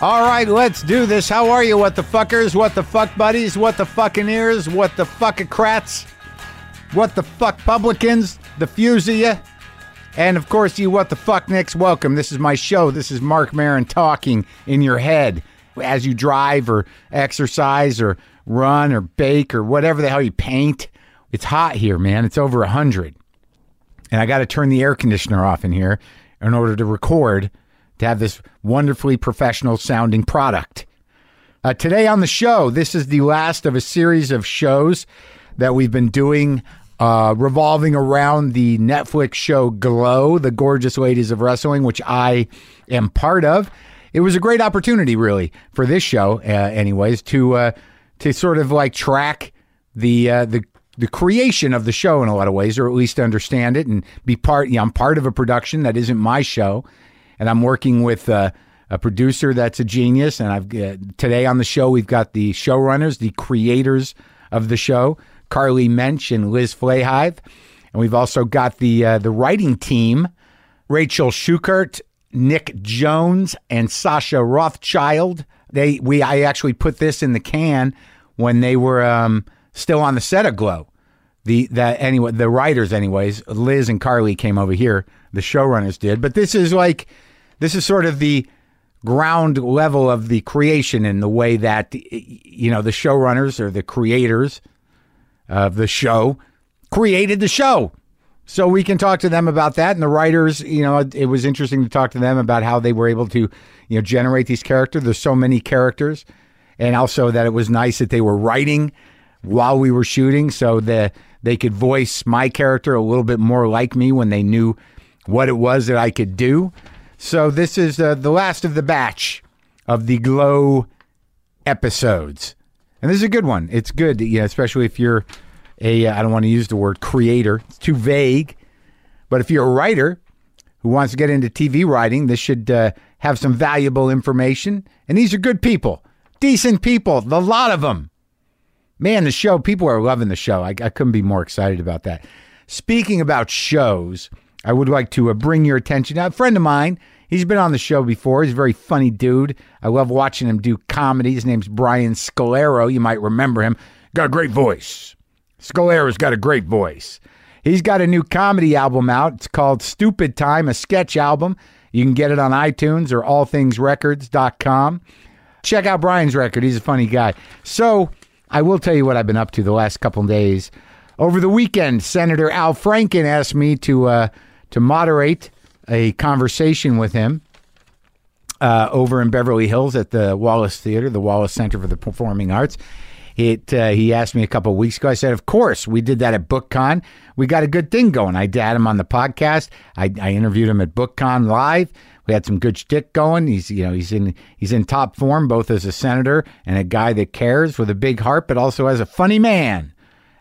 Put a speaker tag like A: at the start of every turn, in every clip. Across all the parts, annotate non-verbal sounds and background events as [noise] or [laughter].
A: All right, let's do this. How are you, what the fuckers? What the fuck buddies? What the fucking ears? What the fuckocrats? What the fuck publicans? The fuse of you. And of course, you what the fuck nicks. Welcome. This is my show. This is Mark Marin talking in your head as you drive or exercise or run or bake or whatever the hell you paint. It's hot here, man. It's over 100 and I got to turn the air conditioner off in here in order to record to have this wonderfully professional sounding product. Uh, today on the show, this is the last of a series of shows that we've been doing uh, revolving around the Netflix show Glow, The Gorgeous Ladies of Wrestling, which I am part of. It was a great opportunity, really, for this show, uh, anyways, to uh, to sort of like track the uh, the the creation of the show in a lot of ways, or at least understand it and be part. You know, I'm part of a production that isn't my show, and I'm working with uh, a producer that's a genius. And I've uh, today on the show we've got the showrunners, the creators of the show, Carly Mensch and Liz Flahive, and we've also got the uh, the writing team, Rachel Schukert, Nick Jones, and Sasha Rothschild. They we I actually put this in the can when they were um, still on the set of Glow. The that anyway the writers anyways Liz and Carly came over here the showrunners did but this is like this is sort of the ground level of the creation and the way that you know the showrunners or the creators of the show created the show. So we can talk to them about that. And the writers, you know, it, it was interesting to talk to them about how they were able to, you know, generate these characters. There's so many characters. And also that it was nice that they were writing while we were shooting so that they could voice my character a little bit more like me when they knew what it was that I could do. So this is uh, the last of the batch of the Glow episodes. And this is a good one. It's good, yeah, especially if you're a, uh, I don't want to use the word creator, it's too vague. But if you're a writer who wants to get into TV writing, this should uh, have some valuable information. And these are good people, decent people, the lot of them. Man, the show, people are loving the show. I, I couldn't be more excited about that. Speaking about shows, I would like to uh, bring your attention. Now, a friend of mine, he's been on the show before. He's a very funny dude. I love watching him do comedy. His name's Brian Scalero. You might remember him. Got a great voice. Scalero's got a great voice. He's got a new comedy album out. It's called Stupid Time, a sketch album. You can get it on iTunes or allthingsrecords.com check out Brian's record. He's a funny guy. So I will tell you what I've been up to the last couple of days. Over the weekend, Senator Al Franken asked me to uh, to moderate a conversation with him uh, over in Beverly Hills at the Wallace Theater, the Wallace Center for the Performing Arts. It, uh, he asked me a couple weeks ago. I said, "Of course, we did that at BookCon. We got a good thing going." I had him on the podcast. I, I interviewed him at BookCon live. We had some good shtick going. He's you know he's in he's in top form both as a senator and a guy that cares with a big heart, but also as a funny man.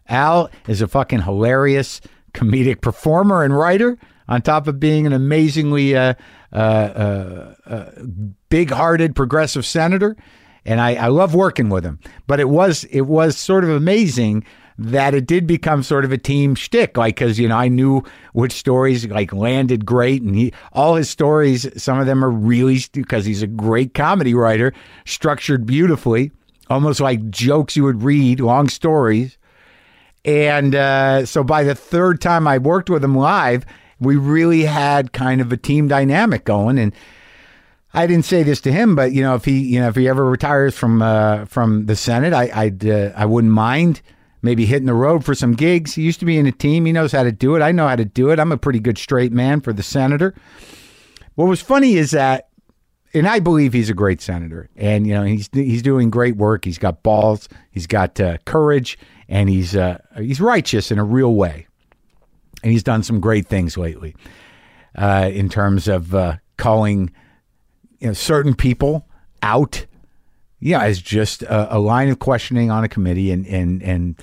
A: Al is a fucking hilarious comedic performer and writer, on top of being an amazingly uh, uh, uh, uh, big-hearted progressive senator. And I, I love working with him. But it was it was sort of amazing that it did become sort of a team shtick, like because you know I knew which stories like landed great, and he all his stories, some of them are really because he's a great comedy writer, structured beautifully, almost like jokes you would read, long stories. And uh, so by the third time I worked with him live, we really had kind of a team dynamic going. And I didn't say this to him, but you know, if he, you know, if he ever retires from uh, from the Senate, I, I'd uh, I wouldn't mind maybe hitting the road for some gigs. He used to be in a team. He knows how to do it. I know how to do it. I'm a pretty good straight man for the senator. What was funny is that, and I believe he's a great senator, and you know he's he's doing great work. He's got balls, he's got uh, courage, and he's uh, he's righteous in a real way, and he's done some great things lately uh, in terms of uh, calling you know, certain people out, yeah, as just a, a line of questioning on a committee and and and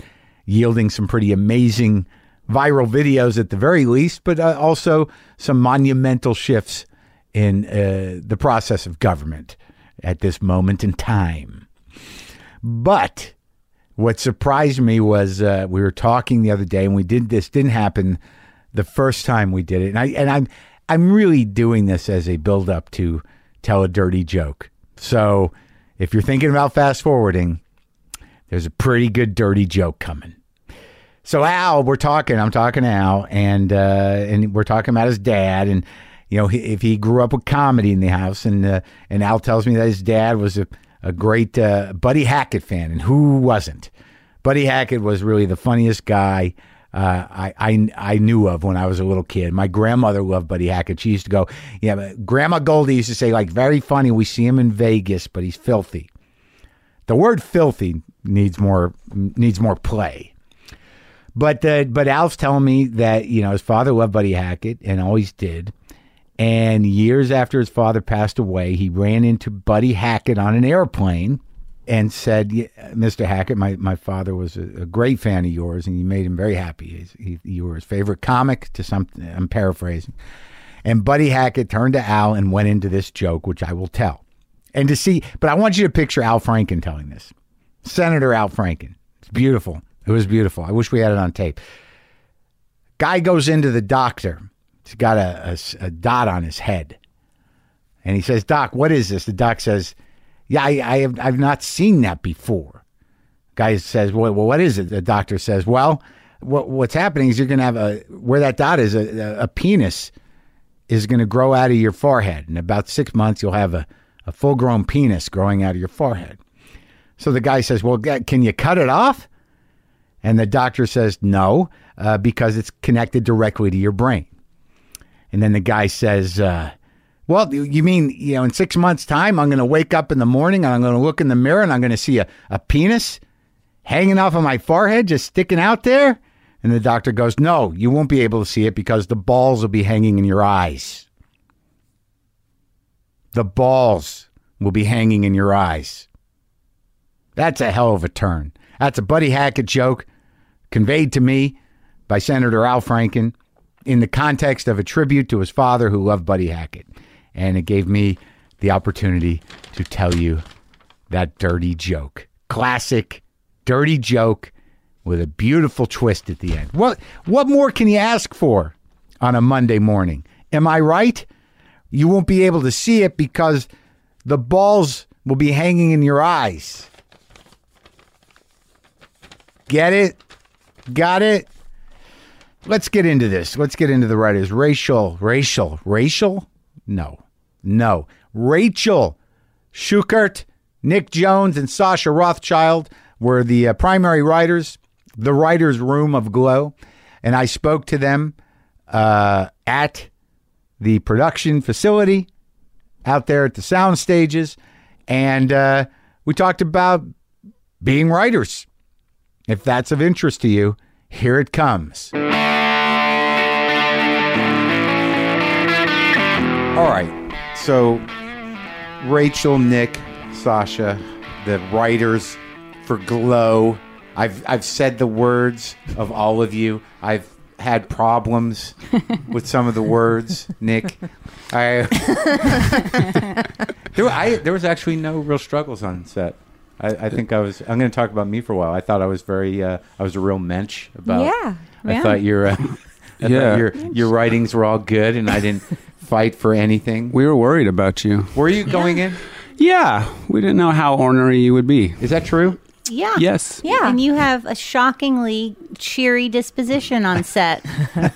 A: yielding some pretty amazing viral videos at the very least, but uh, also some monumental shifts in uh, the process of government at this moment in time. But what surprised me was uh, we were talking the other day, and we did this didn't happen the first time we did it, and I and I'm I'm really doing this as a build up to tell a dirty joke. So if you're thinking about fast forwarding, there's a pretty good dirty joke coming. So Al, we're talking. I'm talking to Al, and uh, and we're talking about his dad, and you know he, if he grew up with comedy in the house, and uh, and Al tells me that his dad was a a great uh, Buddy Hackett fan, and who wasn't? Buddy Hackett was really the funniest guy uh, I, I I knew of when I was a little kid. My grandmother loved Buddy Hackett. She used to go, yeah. But Grandma Goldie used to say like, very funny. We see him in Vegas, but he's filthy. The word filthy needs more needs more play. But uh, but Alf's telling me that you know his father loved Buddy Hackett and always did. And years after his father passed away, he ran into Buddy Hackett on an airplane and said, "Yeah, "Mr. Hackett, my, my father was a, a great fan of yours, and you made him very happy. He's, he, you were his favorite comic." To some, I'm paraphrasing. And Buddy Hackett turned to Al and went into this joke, which I will tell. And to see, but I want you to picture Al Franken telling this. Senator Al Franken. It's beautiful. It was beautiful. I wish we had it on tape. Guy goes into the doctor. He's got a, a s- a dot on his head. And he says, Doc, what is this? The doc says, Yeah, I, I have, I've not seen that before. Guy says, well, well, what is it? The doctor says, Well, what, what's happening is you're going to have a, where that dot is, a, a, a penis is going to grow out of your forehead. In about six months, you'll have a, a full grown penis growing out of your forehead. So the guy says, Well, g- can you cut it off? And the doctor says, No, uh, because it's connected directly to your brain. And then the guy says, uh, Well, you- you mean, you know, in six months' time, I'm going to wake up in the morning and I'm going to look in the mirror and I'm going to see a, a penis hanging off of my forehead, just sticking out there? And the doctor goes, No, you won't be able to see it because the balls will be hanging in your eyes. The balls will be hanging in your eyes. That's a hell of a turn. That's a Buddy Hackett joke conveyed to me by Senator Al Franken in the context of a tribute to his father who loved Buddy Hackett. And it gave me the opportunity to tell you that dirty joke. Classic dirty joke with a beautiful twist at the end. What what more can you ask for on a Monday morning? Am I right? You won't be able to see it because the balls will be hanging in your eyes. Get it? Got it? Let's get into this. Let's get into the writers. Rachel, Rachel, Rachel? No, no. Rachel Schukert, Nick Jones, and Sasha Rothschild were the uh, primary writers, the writers' room of Glow. And I spoke to them uh, at the production facility out there at the sound stages. And uh, we talked about being writers. If that's of interest to you, here it comes. All right. So, Rachel, Nick, Sasha, the writers for Glow. I've I've said the words of all of you. I've had
B: [laughs]
A: problems with some of the words, Nick.
B: [laughs]
A: I there, I there was actually no real struggles on set. I, I think I was. I'm going to talk about me for a while. I thought I was very. Uh, I was a real mensch about.
B: Yeah,
A: I
B: yeah.
A: thought your. Uh, [laughs] I
C: Yeah.
A: thought your your writings were all good, and I didn't fight for anything.
C: We were worried about you.
A: Were you going in?
C: Yeah, we didn't know how ornery you would be.
A: Is that true?
D: [laughs] Yeah.
C: Yes.
B: Yeah.
D: And you have a shockingly cheery disposition on set.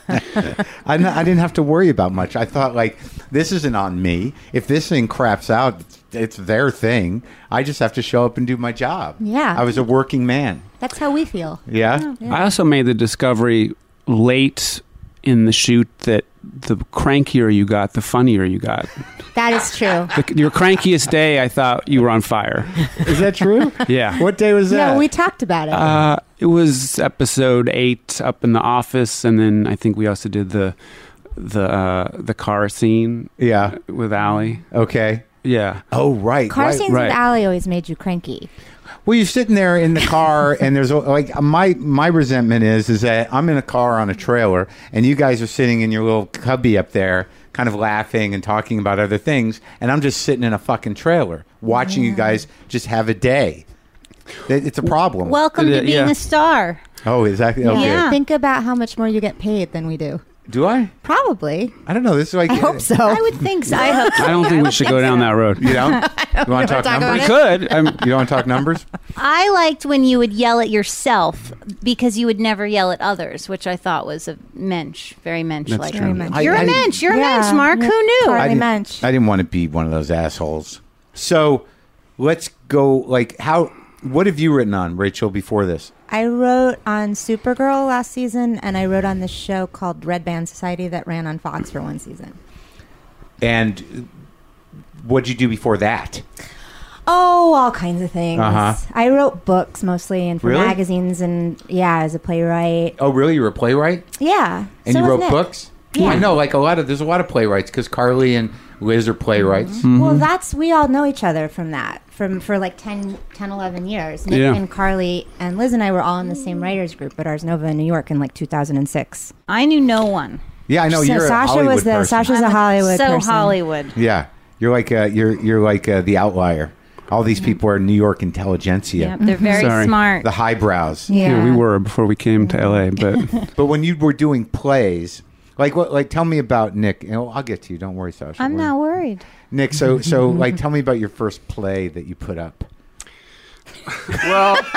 A: I, n- I didn't have to worry about much. I thought like this isn't on me. If this thing craps out, it's, it's their thing. I just have to show up and do my job.
D: Yeah.
A: I was a working man.
D: That's how we feel.
A: Yeah.
C: I also made the discovery late in the shoot that the crankier you got, the funnier you got.
D: That is true.
C: The, your crankiest day, I thought you were on fire.
A: Is that true?
C: Yeah.
A: What day was that?
B: No, we talked about it.
C: Uh, it was episode eight up in the office, and then I think we also did the the uh, the car scene
A: yeah.
C: with Allie.
A: Okay.
C: Yeah.
A: Oh right.
B: Car
A: right.
B: scenes
C: right.
B: with Allie always made you cranky.
A: Well, you're sitting there in the car, and there's like my my resentment is is that I'm in a car on a trailer, and you guys are sitting in your little cubby up there, kind of laughing and talking about other things, and I'm just sitting in a fucking trailer watching you guys just have a day. It- It's a problem.
D: Welcome
C: It-
D: to being
C: yeah.
D: a star.
A: oh, exactly. Okay.
D: Yeah.
B: Think about how much more you get paid than we do.
C: Do I?
B: Probably.
A: I don't know. This is like
B: I hope so.
E: Oh.
D: I would think so. I
C: [laughs]
D: hope.
C: I don't think we should go down that [laughs] road.
B: [laughs]
A: You don't. You want to
B: talk
A: talk,
B: about
A: numbers?
C: We could. I'm,
A: You don't want to talk numbers?
D: I liked when you would yell at yourself because you would never yell at others, which I thought was a mensch, very mensch like.
C: That's true.
B: much.
A: I-
D: You're a
A: I-
D: mensch. You're a
E: Yeah.
D: mensch, Mark. Who knew?
E: Totally.
A: I
E: Charlie
A: didn't,
E: Munch.
A: I didn't want to be one of those assholes. So let's go. Like, how? What have you written on, Rachel? Before this,
E: I wrote on Supergirl last season, and I wrote on this show called Red Band Society that ran on Fox for one season.
A: and what'd you do before that?
E: Oh, all kinds of things.
A: Uh-huh.
E: I wrote books mostly and for
A: Really?
E: magazines, and yeah, as a playwright.
A: Oh, really? You were a playwright,
E: Yeah.
A: and
E: so
A: you
E: was
A: wrote
E: Nick.
A: books.
E: Yeah.
A: I know. Like a lot of there's a lot of playwrights because Carly and Liz are playwrights.
E: Well,
C: Mm-hmm.
E: that's we all know each other from that from for like 10, 10 11 years. Nick
C: Yeah.
E: and Carly and Liz and I were all in the same writers group at Ars Nova in New York in like 2006.
D: I knew no one.
A: Yeah, I know.
E: so
A: you're a
E: Sasha
A: Hollywood
E: was the
A: person.
E: Sasha's a Hollywood
D: so
E: person.
D: Hollywood.
A: Yeah, you're like uh, you're you're like uh, the outlier. All these people are New York intelligentsia,
D: Yep, they're
C: [laughs]
D: very
C: Sorry.
D: smart.
A: the highbrows.
E: Yeah.
C: yeah, we were before we came to LA, but
A: But when you were doing plays, like what? Like tell me about Nick. You know, I'll get to you. Don't worry, Sasha.
D: I'm
A: We're-
D: not worried.
A: Nick. So so like tell me about your first play that you put up.
C: well, [laughs]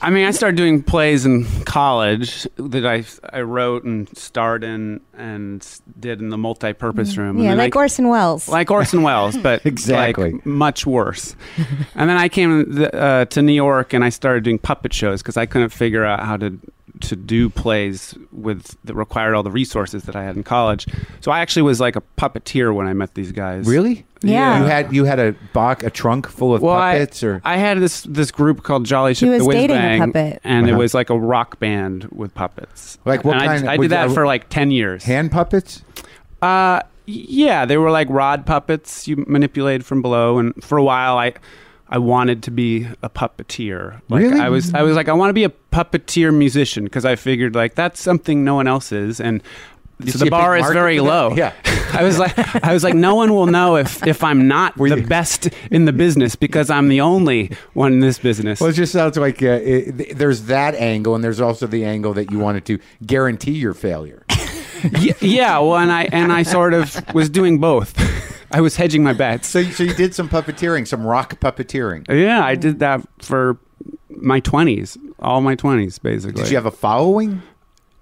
C: I mean, I started doing plays in college that I I wrote and starred in and did in the multi-purpose room.
E: Yeah,
C: and then
E: like
C: I,
E: Orson Welles.
C: like Orson Welles, but
A: Exactly.
C: like, much worse. and then I came uh, to New York and I started doing puppet shows because I couldn't figure out how to to do plays with that required all the resources that I had in college. So I actually was like a puppeteer when I met these guys.
A: Really?
E: Yeah.
A: You had you had a box a trunk full of
C: Well,
A: puppets
C: I,
A: or
C: I had this this group called Jolly Ship
E: was
C: the Whiz
E: dating a
C: Bang,
E: puppet.
C: and it
A: Uh-huh.
C: was like a rock band with puppets.
A: Like what
C: And I-
A: kind of-
C: I,
A: would you-
C: did that
A: uh,
C: for like ten years.
A: hand puppets.
C: Uh, yeah, they were like rod puppets you manipulated from below, and for a while, I I wanted to be a puppeteer. Like,
A: Really?
C: I was I was like I want to be a puppeteer musician because I figured like that's something no one else is, and so
A: see a
C: the
A: big
C: bar is
A: market
C: very
A: for that?
C: low.
A: Yeah.
C: [laughs] I was like I was like no one will know if if I'm not
A: Were
C: the
A: you-
C: best in the business because I'm the only one in this business.
A: Well, it just sounds like uh, it, th- there's that angle, and there's also the angle that you wanted to guarantee your failure.
C: Y- yeah, well, and I and I sort of was doing both. [laughs] I was hedging my bets.
A: So, so you did some puppeteering, some rock puppeteering.
C: Yeah, I did that for my twenties, all my twenties, basically.
A: Did you have a following?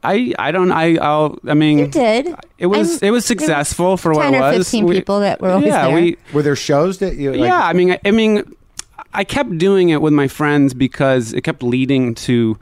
C: I I don't I I'll I mean
E: you did.
C: It was it
E: I'm-
C: was successful for what
E: 10
C: it
E: or
C: was.
E: 15 people that were always
C: yeah,
E: there.
C: We,
A: Were there shows that you? Like,
C: yeah, I mean I, I mean I kept doing it with my friends because it kept leading to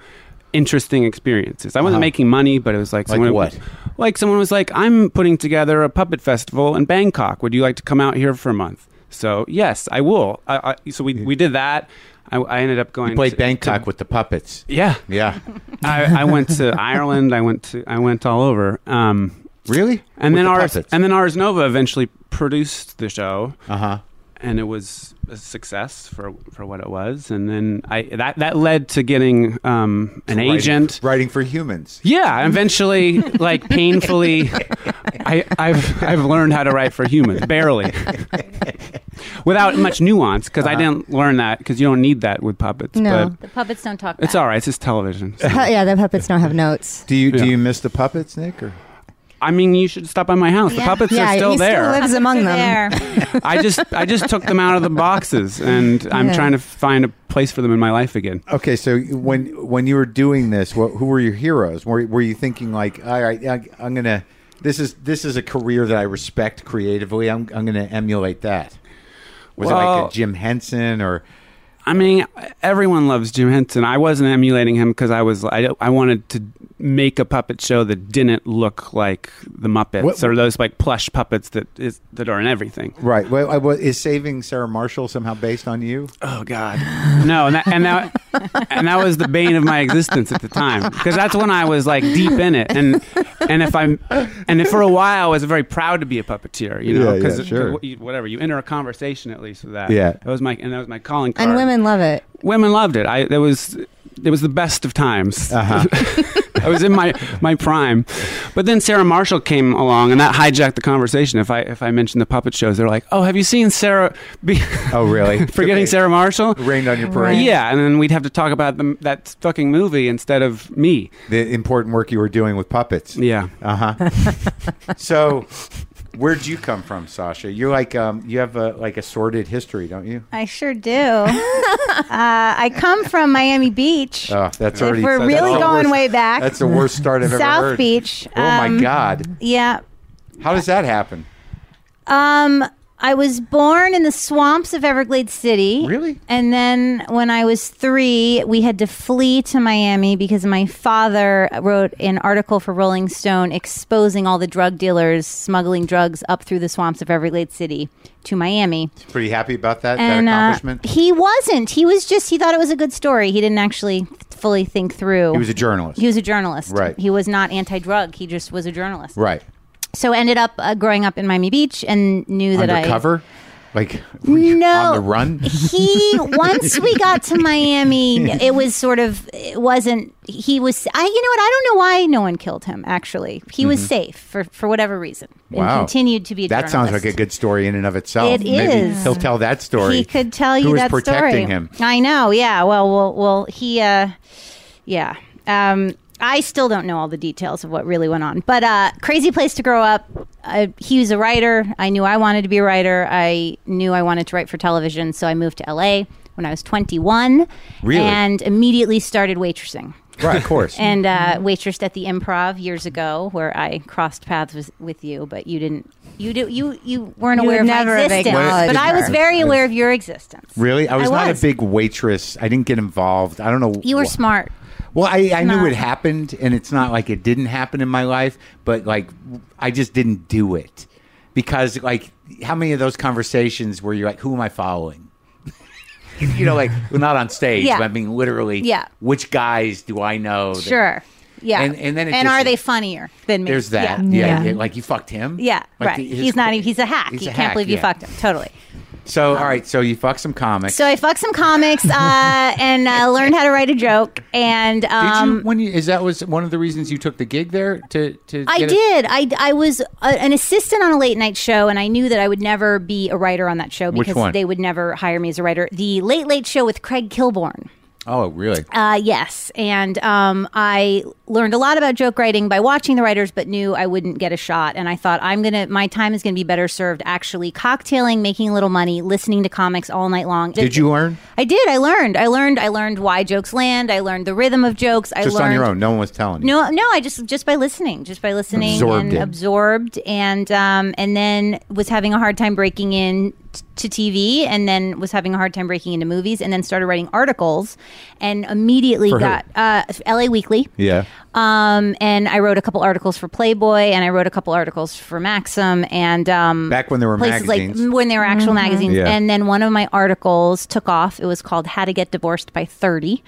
C: interesting experiences. I wasn't
A: Uh-huh.
C: making money, but it was like
A: Like
C: someone
A: what?
C: like someone was like, "I'm putting together a puppet festival in Bangkok. Would you like to come out here for a month?" So yes, I will. I, I, so we, we did that. I, I ended up going.
A: You played
C: to-
A: Bangkok
C: to-
A: with the puppets. [laughs]
C: yeah,
A: Yeah,
C: I, I went to Ireland. I went to I went all over. Um,
A: really.
C: and
A: With
C: then
A: the
C: Ars
A: puppets.
C: and then Ars Nova eventually produced the show,
A: uh huh.
C: and it was a success for for what it was. And then I that that led to getting um, an agent.
A: writing for humans.
C: Yeah, and eventually, like painfully, I, I've I've learned how to write for humans barely, without much nuance because
A: Uh-huh.
C: I didn't learn that because you don't need that with puppets.
E: No.
C: but
D: The puppets don't talk.
C: it's
D: back.
C: all right. It's just television. so-
E: Pu- [laughs] yeah, the puppets don't have notes.
A: Do you do
C: Yeah.
A: you miss the puppets, Nick? Or
C: I mean, you should stop by my house. The [laughs]
D: Yeah.
C: puppets
E: yeah,
C: are still
E: he
C: there.
E: still lives among them.
D: There.
C: I just I just took them out of the boxes, and I'm
E: Yeah.
C: trying to find a place for them in my life again.
A: okay, so when when you were doing this, what, who were your heroes? Were were you thinking like, all right, I, I'm gonna this is this is a career that I respect creatively. I'm I'm gonna emulate that. Was it
C: Well-
A: like a Jim Henson or
C: I mean, everyone loves Jim Henson. I wasn't emulating him because I was I, I wanted to make a puppet show that didn't look like the Muppets
A: What-
C: or those like plush puppets that is that are in everything.
A: right? Well, I, wa- is Saving Sarah Marshall somehow based on you?
C: Oh God, no, and that, and that and that was the bane of my existence at the time because that's when I was like deep in it, and and if I'm and if for a while I was very proud to be a puppeteer, you know,
A: Yeah, yeah,
C: because
A: sure.
C: whatever you enter a conversation at least with that,
A: Yeah.
C: that was my and that was my calling card.
E: And women love it.
C: women loved it. I there was it was the best of times.
A: Uh-huh.
C: [laughs] I was in my my prime, but then Sarah Marshall came along, and that hijacked the conversation. If I if I mentioned the puppet shows, they're like, "Oh, have you seen Sarah?" Be-
A: Oh, [laughs] really?
C: forgetting Sarah Marshall.
A: Rained on your parade.
E: Right.
C: Yeah, and then we'd have to talk about the, that fucking movie instead of me.
A: The important work you were doing with puppets.
C: Yeah.
A: Uh huh. so, where'd you come from, Sasha? You're like um, you have a like a sordid history, don't you?
D: I sure do. [laughs] uh, I come from Miami Beach.
A: Oh, that's
D: If
A: already.
D: we're
A: that's
D: really
A: the
D: going
A: worst-
D: way back.
A: That's the worst start I've
D: South
A: ever heard.
D: Beach,
A: Oh my
D: um,
A: God!
D: yeah.
A: How does that happen?
D: Um, I was born in the swamps of Everglades City.
A: Really?
D: And then when I was three, we had to flee to Miami because my father wrote an article for Rolling Stone exposing all the drug dealers smuggling drugs up through the swamps of Everglades City to Miami.
A: Pretty happy about that,
D: and
A: that
D: uh,
A: accomplishment.
D: he wasn't. He was just. He thought it was a good story. He didn't actually fully think through.
A: he was a journalist.
D: He was a journalist.
A: Right.
D: He was not anti-drug. He just was a journalist.
A: right.
D: So ended up uh, growing up in Miami Beach and knew that I
A: Undercover. like were you
D: no
A: on the run. [laughs]
D: he once we got to Miami, it was sort of it wasn't he was I you know what I don't know why no one killed him actually. He was safe for for whatever reason
A: Mm-hmm. Wow.
D: and continued to be a
A: That sounds like
D: journalist.
A: a good story in and of itself.
D: It
A: Maybe
D: is.
A: He'll tell that story.
D: He could tell you
A: Who was
D: that
A: protecting
D: story.
A: him?
D: I know. Yeah. Well, well, well. He, uh, yeah. Um, I still don't know all the details of what really went on, but uh, crazy place to grow up. Uh, he was a writer. I knew I wanted to be a writer. I knew I wanted to write for television, so I moved to LA when I was 21,
A: Really?
D: and immediately started waitressing.
A: Right, of course.
D: [laughs] And uh,
E: Mm-hmm.
D: waitressed at the Improv years ago, where I crossed paths with, with you, but you didn't. You do you you weren't
E: You
D: aware
E: would
D: of
E: never
D: my
E: have
D: existence, but
E: acknowledged
D: I was
E: her.
D: very aware of your existence.
A: really, I was,
D: I
A: not a
D: was.
A: big waitress. I didn't get involved. I don't know.
D: You were
A: wh-
D: smart.
A: Well, I, I knew
D: No.
A: it happened, and it's not like it didn't happen in my life, but like I just didn't do it because like how many of those conversations where you're like, who am I following? [laughs] you know, like well, not on stage,
D: Yeah.
A: but I mean literally.
D: Yeah.
A: Which guys do I know? that-
D: Sure. Yeah.
A: And- and then it
D: and
A: just-
D: are they funnier than me?
A: There's that.
D: Yeah.
A: Yeah.
E: Yeah.
A: yeah, Like you fucked him.
D: Yeah,
A: Like,
D: right.
A: the- his-
D: he's not. even- He's a hack.
A: he's
D: you
A: a
D: can't
A: hack,
D: believe you
A: yeah.
D: fucked him. Totally.
A: So all right. So you fuck some comics.
D: So I fucked some comics uh, and uh, learned how to write a joke.
A: [laughs]
D: And
A: Did
D: um,
A: you when you is that was one of the reasons you took the gig there to to
D: I
A: get a-
D: did. I, I was a, an assistant on a late night show, and I knew that I would never be a writer on that show
A: Which
D: because
A: one?
D: they would never hire me as a writer. The Late Late Show with Craig Kilborn.
A: oh really
D: Uh, yes, and um, I learned a lot about joke writing by watching the writers, but knew I wouldn't get a shot. And I thought I'm gonna, my time is gonna be better served actually cocktailing, making a little money, listening to comics all night long.
A: did you learn
D: I did. I learned. I learned. I learned why jokes land. I learned the rhythm of jokes. I
A: just
D: learned
A: on your own? No one was telling you.
D: no, no. I just just by listening, just by listening
A: Absorbed
D: and
A: it.
D: absorbed, and um, and then was having a hard time breaking in t- to TV, and then was having a hard time breaking into movies, and then started writing articles, and immediately
A: For who?
D: got uh, L.A. Weekly.
A: Yeah.
D: Um, and I wrote a couple articles for Playboy, and I wrote a couple articles for Maxim, and um,
A: Back when there were
D: places
A: magazines.
D: like when they were actual magazines.
A: Yeah.
D: And then one of my articles took off. It was called "How to Get Divorced by 30."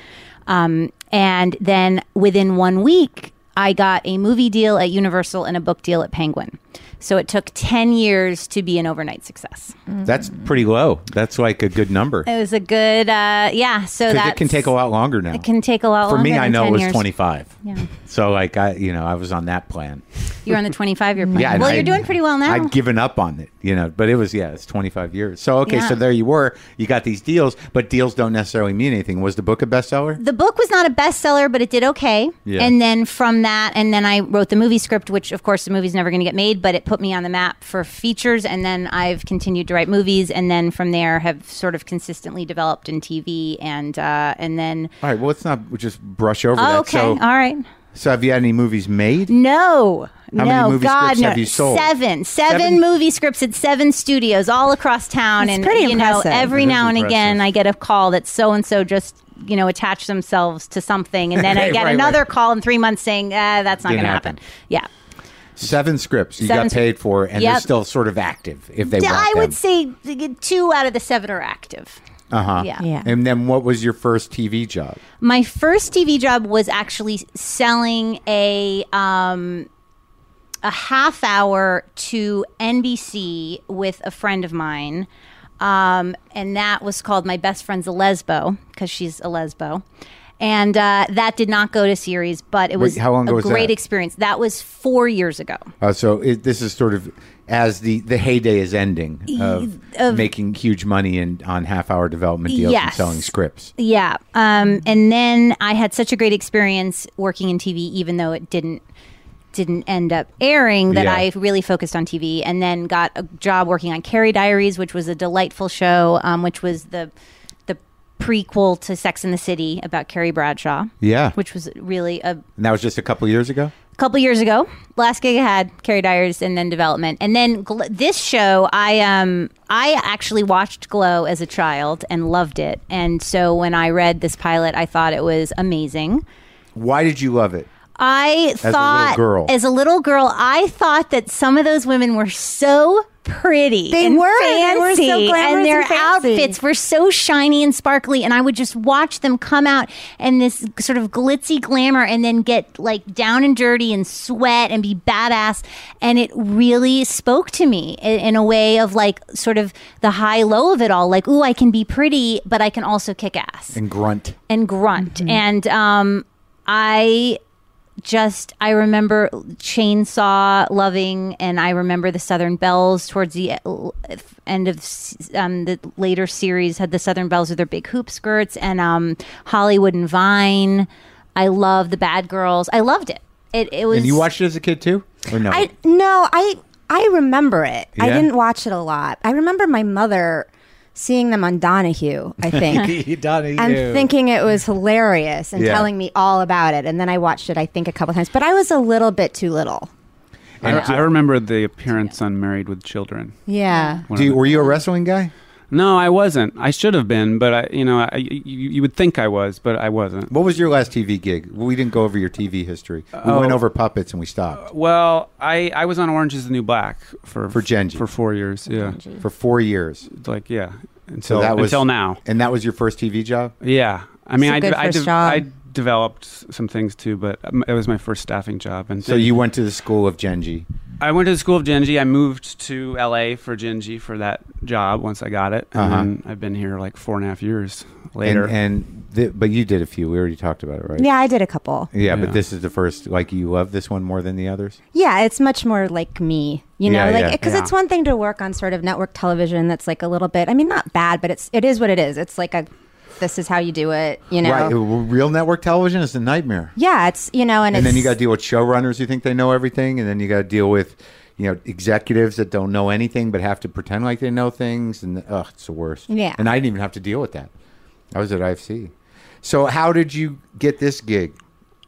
D: Um, and then within one week, I got a movie deal at Universal and a book deal at Penguin. So it took 10 years to be an overnight success.
A: That's pretty low. That's like a good number.
D: It was a good, uh, yeah. So
A: Because
D: that
A: it can take a lot longer now.
D: It can take a lot
A: For me,
D: longer
A: I
D: than
A: know it
D: 10
A: was
D: years.
A: 25.
D: Yeah.
A: So like I, you know, I was on that plan.
D: You're on the 25 year plan.
A: Yeah. and
D: well,
A: I-
D: you're doing pretty well now.
A: I'd given up on it, you know, but it was yeah, it's 25 years. So okay,
D: Yeah.
A: so there you were. You got these deals, but deals don't necessarily mean anything. Was the book a bestseller?
D: the book was not a bestseller, but it did okay.
A: Yeah.
D: And then from that, and then I wrote the movie script, which of course the movie's never going to get made, but it put me on the map for features. And then I've continued to write movies, and then from there have sort of consistently developed in TV, and uh, and then
A: All right. Well, let's not just brush over
D: oh,
A: that.
D: okay,
A: So,
D: all right,
A: so have you had any movies made?
D: no.
A: How
D: no,
A: many movie
D: God,
A: scripts
D: no.
A: have you sold?
D: Seven. seven,
A: Seven?
D: movie scripts at seven studios all across town,
E: That's
D: and
E: pretty
D: you
E: impressive.
D: know, every
A: That is
D: now and again,
A: impressive.
D: I get a call that so and so just you know attached themselves to
A: [laughs]
D: something, and then I
A: Right,
D: get
A: right,
D: another
A: right.
D: call in three months saying uh, that's not
A: Didn't
D: going to happen.
A: happen.
D: Yeah,
A: Seven scripts you
D: Seven
A: got
D: sc-
A: paid for, and they're
D: Yep.
A: still sort of active if they
D: D-
A: want
D: I
A: them.
D: would say th- two out of the seven are active.
A: Uh huh.
D: Yeah.
E: Yeah.
A: And then what was your first TV job?
D: My first TV job was actually selling a um, a half hour to NBC with a friend of mine, um, and that was called "My Best Friend's a Lesbo" because she's a lesbo, And uh, that did not go to series, but it
A: Wait,
D: was
A: how long ago
D: a
A: was
D: great
A: that?
D: experience. That was four years ago.
A: Uh, so it, this is sort of as the, the heyday is ending of,
D: E, of-
A: making huge money in, on half hour development deals and
D: Yes.
A: selling scripts.
D: Yeah.
A: Mm-hmm.
D: Um, and then I had such a great experience working in TV, even though it didn't didn't end up airing that
A: Yeah.
D: I really focused on TV and then got a job working on Carrie Diaries, which was a delightful show, um, which was the the prequel to Sex in the City about Carrie Bradshaw.
A: Yeah.
D: Which was really a
A: And that was just a couple years ago.
D: couple years ago. Last gig I had Carrie Dyers and then Development, and then Gl- this show. I um I actually watched Glow as a child and loved it, and so when I read this pilot, I thought it was amazing.
A: Why did you love it?
D: I
A: little
D: thought
A: girl.
D: as a little girl, I thought that some of those women were so pretty.
E: They
D: and
E: were. They were so
D: fancy,
E: glamorous
D: and their
E: and fancy.
D: outfits were so shiny and sparkly, and I would just watch them come out in this sort of glitzy glamour, and then get like down and dirty and sweat and be badass. And it really spoke to me in, in a way of like sort of the high low of it all. Like, ooh, I can be pretty, but I can also kick ass
A: And grunt.
D: and grunt
E: Mm-hmm.
D: and um i just i remember chainsaw loving and i remember the southern bells towards the uh, end of s- um, the later series had the southern bells with their big hoop skirts and um, hollywood and vine i love the bad girls i loved it it, it was
A: And you watched it as a kid too? Or no?
E: [laughs] I no, I I remember it. I
A: Yeah?
E: didn't watch it a lot. I remember my mother seeing them on Donahue,
C: [laughs]
E: I think. And thinking it was hilarious and
A: Yeah.
E: telling me all about it. And then I watched it, I think, a couple times. But I was a little bit too little.
C: I,
E: Uh,
C: I remember the appearance on Married with Children.
E: Yeah.
C: One
A: Do
C: of
A: you,
C: the-
A: were you a wrestling guy?
C: no, I wasn't. I should have been, but I, you know, I, you, you would think I was, but I wasn't.
A: What was your last TV gig? We didn't go over your TV history. We went over puppets and we stopped
C: Well, I, I was on Orange is the New Black for
A: For Genji.
C: for four years. Yeah,
A: for four years.
C: It's like yeah, until
A: So that was
C: until now.
A: And that was your first TV job.
C: Yeah, I mean,
E: It's a
C: I
E: good
C: de- I,
E: first
C: de-
E: job.
C: I developed some things too, but um, it was my first staffing job. And
A: So you went to the school of Genji.
C: I went to the school of Genji. I moved to LA for Genji for that job once I got it, and
A: Uh-huh.
C: then I've been here like four and a half years
A: And,
C: later.
A: and th- but you did a few. We already talked about it, right?
E: Yeah, I did a couple.
A: Yeah, but
C: Yeah.
A: this is the first. Like you love this one more than the others.
E: Yeah, it's much more like me, you know,
A: Yeah,
E: like
A: yeah.
E: because
C: Yeah.
E: it's one thing to work on sort of network television that's like a little bit. I mean, not bad, but it's it is what it is. It's like a this is how you do it, you know.
A: Right, real network television is a nightmare.
E: Yeah, it's you know, and,
A: And
E: it's,
A: then you got to deal with showrunners who think they know everything, and then you got to deal with you know executives that don't know anything but have to pretend like they know things, and ugh, it's the worst.
E: Yeah.
A: And I didn't even have to deal with that. I was at IFC. So how did you get this gig?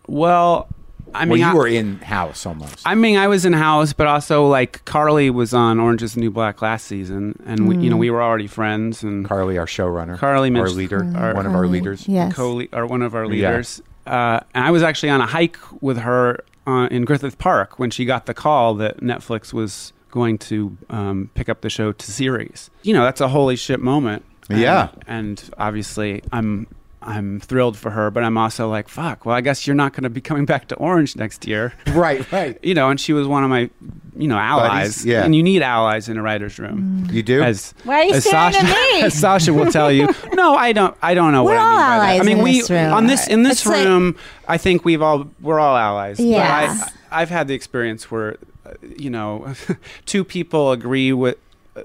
C: well, I mean,
A: well,
C: I-
A: you were in house almost.
C: I mean, I was in house, but also like Carly was on Orange is the New Black last season, and we, you know,
A: Mm.
C: we were already friends and
A: Carly, our showrunner.
C: Carly
A: our
C: Mitch-
A: leader,
C: Carly.
A: one of our leaders.
E: Yes.
C: co or one of our
A: Yeah.
C: leaders. Uh, and I was actually on a hike with her uh, in Griffith Park when she got the call that Netflix was going to um, pick up the show to series. You know, that's a holy shit moment. And-
A: Yeah.
C: and obviously I'm. I'm thrilled for her, but I'm also like, fuck. Well, I guess you're not going to be coming back to Orange next year,
A: Right, right.
C: [laughs] you know. And she was one of my, you know, allies.
A: Buddies, yeah.
C: And you need allies in a writer's room.
A: You do.
C: As
D: Why are you
C: as
D: staring
C: Sasha,
D: at
C: [laughs]
D: me?
C: as Sasha will tell you. No, I don't. I don't know
E: We're
C: what I
E: all
C: mean by that. I
E: allies
C: mean,
E: in
C: we
E: this room.
C: on this in this
E: It's like-
C: room. I think we've all we're all allies. But
E: Yes.
C: I, I've had the experience where, uh, you know, [laughs] two people agree with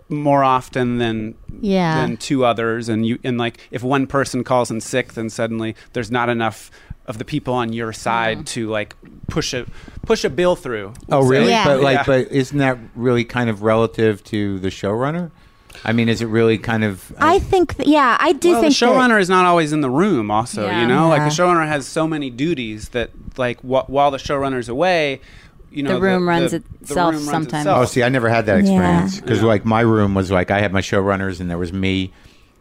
C: more often than
E: Yeah.
C: than two others, and you and like if one person calls in sick, then suddenly there's not enough of the people on your side
E: Mm.
C: to like push a push a bill through.
A: Oh,
C: So-
A: really?
E: Yeah.
A: But like,
C: Yeah.
A: but isn't that really kind of relative to the showrunner? I mean, is it really kind of?
E: I think, th- yeah, I do
C: well, the
E: think that-
C: showrunner is not always in the room also
D: Yeah.
C: you know like
E: Yeah.
C: the showrunner has so many duties that like wh- while the showrunner's away you know
D: The room runs
C: the
D: itself
C: room runs
D: sometimes.
A: oh,
C: itself.
A: see, I never had that experience
E: Yeah.
A: because like my room was like I had my showrunners and there was me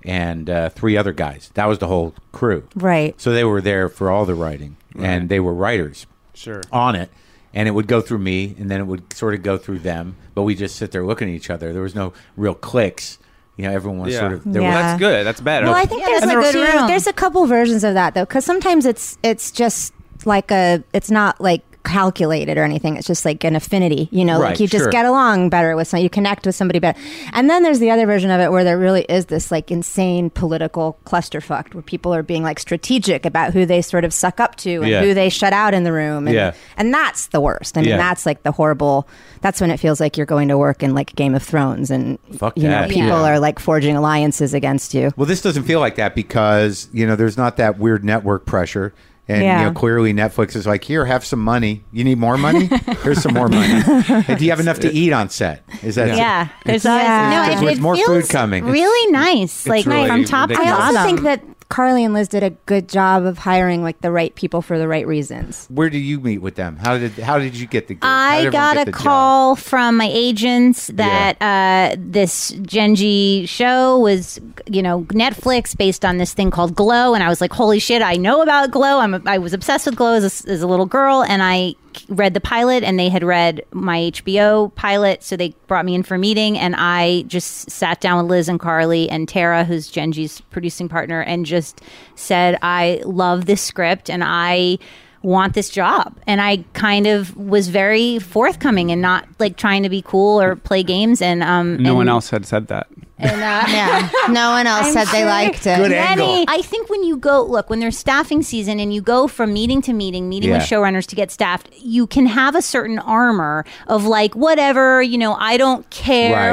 A: and uh, three other guys. That was the whole crew.
E: right.
A: So they were there for all the writing, and they were writers
C: sure
A: on it. And it would go through me, and then it would sort of go through them. But we just sit there looking at each other. There was no real clicks. You know, everyone was
C: Yeah.
A: sort of. There
E: Yeah.
A: was,
C: well, that's good that's better
E: Well, I think
D: Yeah,
E: there's
D: that's
E: like
D: a
E: two,
D: good room.
E: there's a couple versions of that though, because sometimes it's it's just like a it's not like calculated or anything. It's just like an affinity, you know,
A: Right,
E: like you just
A: sure.
E: get along better with someone, you connect with somebody better. And then there's the other version of it where there really is this like insane political clusterfuck where people are being like strategic about who they sort of suck up to and
A: Yeah.
E: who they shut out in the room. And,
A: Yeah.
E: and that's the worst. I mean,
A: Yeah.
E: that's like the horrible, that's when it feels like you're going to work in like Game of Thrones and,
A: Fuck
E: you know,
A: that.
E: people
A: Yeah.
E: are like forging alliances against you.
A: Well, this doesn't feel like that because you know there's not that weird network pressure, and
E: Yeah.
A: you know clearly Netflix is like, here, have some money. You need more money?
D: [laughs]
A: Here's some more money. And do you have enough to eat on set? Is that
D: Yeah, there's always
E: Yeah.
D: no.
A: Because
D: it-
A: with
D: it
A: more food
D: feels
A: coming, it's-
D: Really nice, like
C: really
D: from top
E: I
D: to
C: ridiculous.
E: also
D: bottom.
E: think that Carly and Liz did a good job of hiring like the right people for the right reasons.
A: Where do you meet with them? How did how did you get the? gig? How did
D: I
A: everyone
D: got
A: get
D: a
A: the job?
D: call from my agents that uh, this Genji show was, you know, Netflix based on this thing called Glow, and I was like, holy shit, I know about Glow. I'm I was obsessed with Glow as a, as a little girl, and I read the pilot, and they had read my HBO pilot, so they brought me in for a meeting, and I just sat down with Liz and Carly and Tara, who's Genji's producing partner, and just said, I love this script, and I want this job and i kind of was very forthcoming and not like trying to be cool or play games and um
C: No
D: and-
C: one else had said that.
D: and, uh,
B: Yeah. No one else said they liked it.
A: Good
D: Many,
A: angle.
D: I think when you go look when there's staffing season and you go from meeting to meeting, meeting with
A: Yeah.
D: showrunners to get staffed, you can have a certain armor of like whatever you know, I don't care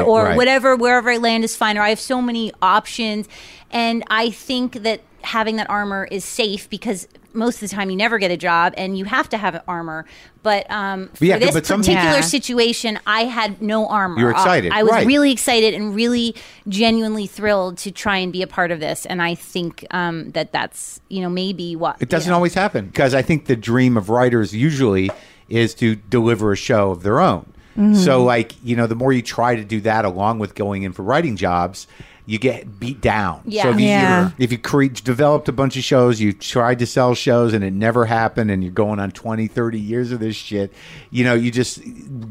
A: Right,
D: or
A: right.
D: whatever wherever I land is fine or I have so many options, and I think that having that armor is safe because most of the time you never get a job and you have to have an armor. But um, for
A: Yeah,
D: this
A: but some-
D: particular
B: Yeah.
D: situation, I had no armor.
A: You were excited,
D: I, I was
A: right.
D: really really excited and really genuinely thrilled to try and be a part of this. And I think um, that that's you know maybe what
A: It doesn't always happen because I think the dream of writers usually is to deliver a show of their own. So,
D: Mm-hmm.
A: like, you know, the more you try to do that along with going in for writing jobs, you get beat down. So
D: Yeah.
A: if you,
E: Yeah.
A: if you cre- developed a bunch of shows, you tried to sell shows and it never happened, and you're going on 20, 30 years of this shit, you know, you just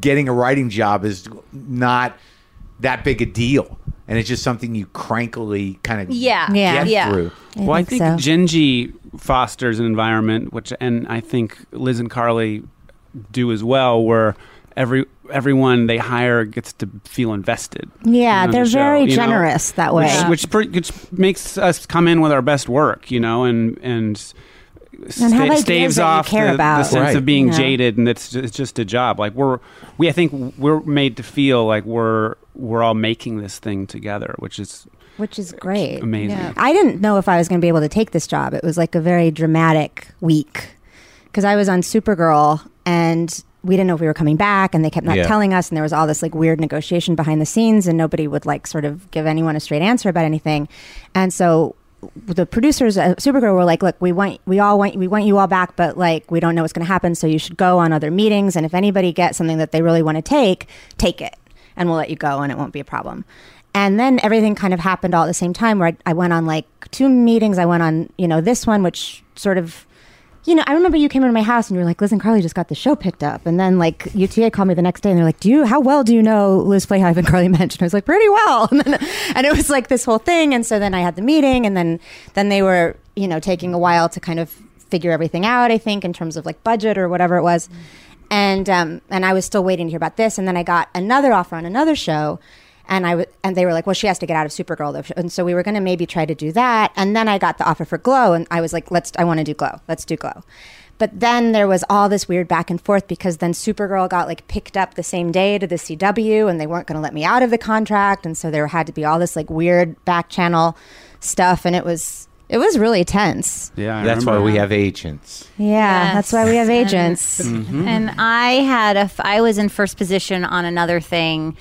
A: getting a writing job is not that big a deal. And it's just something you crankily kind of
D: Yeah.
E: Yeah.
A: get
D: Yeah.
A: through.
C: well, I
E: think
C: think
E: so.
C: Genji fosters an environment which, and I think Liz and Carly do as well, where every everyone they hire gets to feel invested.
E: Yeah,
C: in the
E: they're
C: show,
E: very
C: you know,
E: generous that way.
C: which which, pretty, which makes us come in with our best work, you know, and and. sta-
E: ideas
C: staves
E: that you
C: off
E: care
C: the, the
E: about.
C: sense
A: Right.
C: of being
E: Yeah.
C: jaded, and it's just, it's just a job. Like we're we, I think we're made to feel like we're we're all making this thing together, which is
E: which is great.
C: amazing.
E: I didn't know if I was going to be able to take this job. It was like a very dramatic week because I was on Supergirl and we didn't know if we were coming back and they kept not
A: Yeah.
E: telling us and there was all this like weird negotiation behind the scenes and nobody would like sort of give anyone a straight answer about anything. And so the producers at Supergirl were like, "Look, we want we all want we want you all back, but like we don't know what's going to happen, so you should go on other meetings and if anybody gets something that they really want to take, take it." and we'll let you go and it won't be a problem. And then everything kind of happened all at the same time where I, I went on like two meetings. I went on, you know, this one, which sort of, you know, I remember you came into my house and you were like, Liz and Carly just got the show picked up. And then like UTA called me the next day and they're like, do you, how well do you know Liz Playhive and Carly Mensch? And I was like, pretty well. [laughs] And, then, and it was like this whole thing. And so then I had the meeting and then, then they were, you know, taking a while to kind of figure everything out. I think in terms of like budget or whatever it was, and um, and I was still waiting to hear about this. And then I got another offer on another show, and I w- and they were like, well, she has to get out of Supergirl, though. and so we were going to maybe try to do that. And then I got the offer for Glow, and I was like, let's, I want to do Glow, let's do Glow. But then there was all this weird back and forth because then Supergirl got like picked up the same day to the CW and they weren't going to let me out of the contract. And so there had to be all this like weird back channel stuff. And it was, it was really tense.
C: Yeah, I
A: That's why
C: remember.
A: we have agents.
E: Yeah, that's why we have
D: Yes.
E: agents.
C: Mm-hmm.
D: And I had a, f- I was in first position on another thing,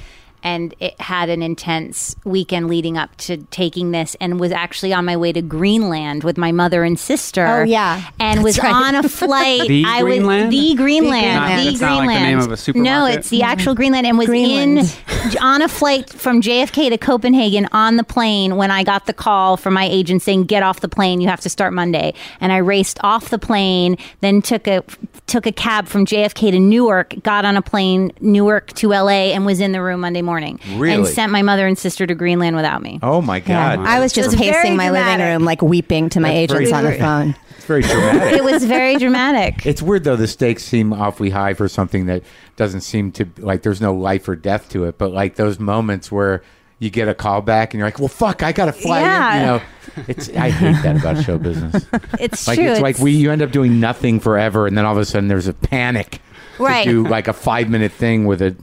D: and it had an intense weekend leading up to taking this, and was actually on my way to Greenland with my mother and sister.
E: Oh, yeah.
D: and was
E: That's
D: on
E: right. [laughs]
D: a flight.
C: The
D: I
C: Greenland?
D: was the Greenland,
C: Not-
D: the
C: that's not like
D: Greenland.
C: the name of a
D: No,
C: supermarket.
D: it's the actual Greenland, and was
E: Greenland.
D: in on a flight from JFK to Copenhagen on the plane when I got the call from my agent saying, "Get off the plane. You have to start Monday." And I raced off the plane, then took a took a cab from JFK to Newark, got on a plane Newark to LA, and was in the room Monday morning.
A: Really?
D: And sent my mother and sister to Greenland without me.
A: Oh my God.
E: I was just
F: It was very
E: pacing my living
F: dramatic.
E: room, like weeping to my
A: That's very
E: agents on the phone.
A: It's very dramatic.
D: It
A: [laughs]
D: was very dramatic.
A: It's weird though. The stakes seem awfully high for something that doesn't seem to like. There's no life or death to it, but like those moments where you get a call back and you're like, "Well, fuck, I gotta fly." in,"
D: Yeah.
A: You know, it's I hate that about show business.
D: [laughs] It's
A: Like
D: true.
A: it's, like we you end up doing nothing forever, and then all of a sudden there's a panic
D: Right.
A: to do like a five minute thing with a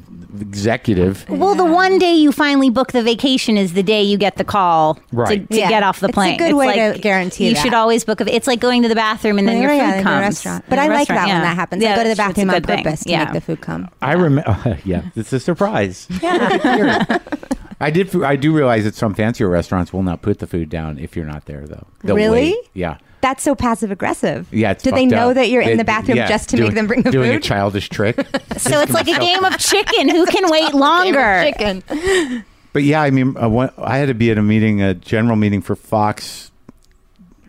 A: executive.
D: Well, the one day you finally book the vacation is the day you get the call
A: Right.
D: to, to
E: Yeah.
D: get off the
E: It's a
D: plane.
E: good way to
D: like,
E: guarantee
D: You
E: that.
D: should always book a. It's like going to the bathroom and then your
E: Yeah,
D: food
E: yeah, in the
D: comes.
E: restaurant.
D: In
E: But
D: the
E: I like
D: restaurant,
E: that
D: yeah.
E: when that happens.
D: Yeah,
E: I go to
D: it's-
E: the
D: it's a
E: bathroom on
D: good thing.
E: purpose to
D: yeah.
E: make the food come.
A: I remember. [laughs] yeah, it's a
E: [laughs]
A: surprise. Yeah. [laughs] I did. I do realize that some fancier restaurants will not put the food down if you're not there, though. They'll
E: Really?
A: wait. Yeah.
E: That's so passive aggressive.
A: Yeah, it's
E: Do they
A: fucked
E: know
A: up.
E: that you're
A: They-
E: in the bathroom
A: yeah,
E: just to
A: doing-
E: make them bring the
A: doing a
E: food?
A: childish
E: [laughs]
A: trick?
D: So
A: [laughs]
D: it's like a game of chicken. Who can wait longer?
F: Chicken.
A: but yeah, I mean, uh, one, I had to be at a meeting, a general meeting for Fox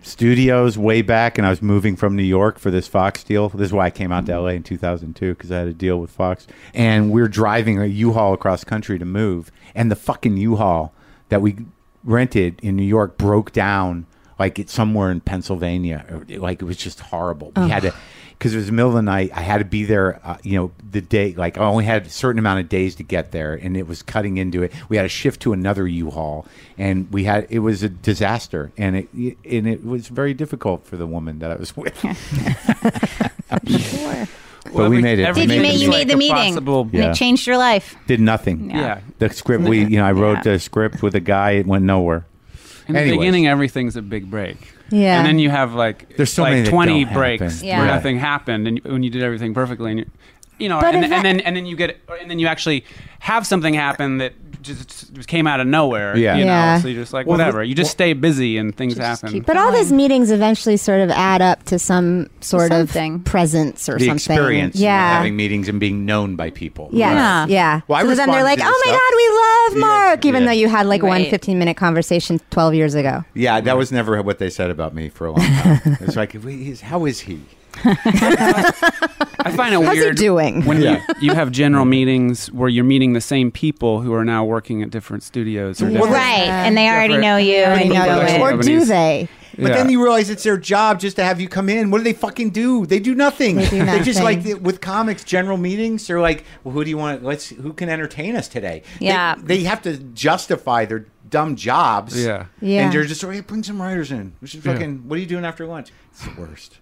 A: Studios way back, and I was moving from New York for this Fox deal. This is why I came out to LA in 2002 because I had a deal with Fox, and we're driving a U-Haul across country to move, and the fucking U-Haul that we rented in New York broke down like it's somewhere in Pennsylvania. Or, like it was just horrible. We had to because it was the middle of the night. I had to be there. Uh, you know, the day like I only had a certain amount of days to get there, and it was cutting into it. We had to shift to another U-Haul, and we had it was a disaster, and it and it was very difficult for the woman that I was [laughs] with. But we made it. Made the
D: Did you make you
A: meeting.
D: made the meeting?
C: Possible,
A: Yeah.
D: And it changed your life.
A: Did nothing.
C: Yeah.
A: The script we you know I wrote the script with a guy. It went nowhere.
C: In the
A: Anyways.
C: beginning, everything's a big break.
E: Yeah.
C: And then you have like
A: There's so
C: like
A: many that
C: 20
A: don't
C: breaks
A: happen.
D: Yeah.
C: where
A: Yeah.
C: nothing happened, and you- when you did everything perfectly, and you, you know,
D: But
C: and,
D: if
C: and
D: that-
C: then and then you get and then you actually have something happen that just, just came out of nowhere.
A: Yeah.
C: You know?
B: Yeah.
C: So you're just like
A: Well,
C: whatever.
A: the-
C: you just
A: well-
C: stay busy and things
F: Just
C: happen.
F: keep-
B: But all those meetings eventually sort of add up to some sort
D: Something.
B: of presence or
A: The
B: something.
A: experience. you know,
E: Yeah.
A: having meetings and being known by people.
E: Yeah.
D: Yeah.
E: Yeah.
A: Well, I
E: so then
A: responded
E: they're like,
A: to
E: oh
A: this
E: my
A: stuff.
E: God, we love
A: Yeah,
E: Mark, even
A: yeah.
E: though you had like one
D: Right.
E: 15 minute conversation 12 years ago.
A: Yeah, that was never what they said about me for a long
C: [laughs]
A: time. it's like, "We- he's, how is he?
C: I find it
E: How's he
C: weird
E: doing?
C: when
A: Yeah.
C: you, you have general meetings where you're meeting the same people who are now working at different studios. Or different,
D: Right. And they already know you.
B: Already
D: And you
B: know
D: go
C: Like
B: you.
D: in.
B: Or do
C: companies.
B: they?
A: But
C: Yeah.
A: then you realize it's their job just to have you come in. What do they fucking do? They do nothing.
E: They do
A: just
E: nothing.
A: like with comics, general meetings. They're like, well, who do you want? Let's who can entertain us today? They-
D: Yeah.
A: they, have to justify their dumb jobs.
C: Yeah.
E: Yeah.
A: and they're just like, hey, bring some writers in. We should fucking. What are you doing after lunch? It's the worst.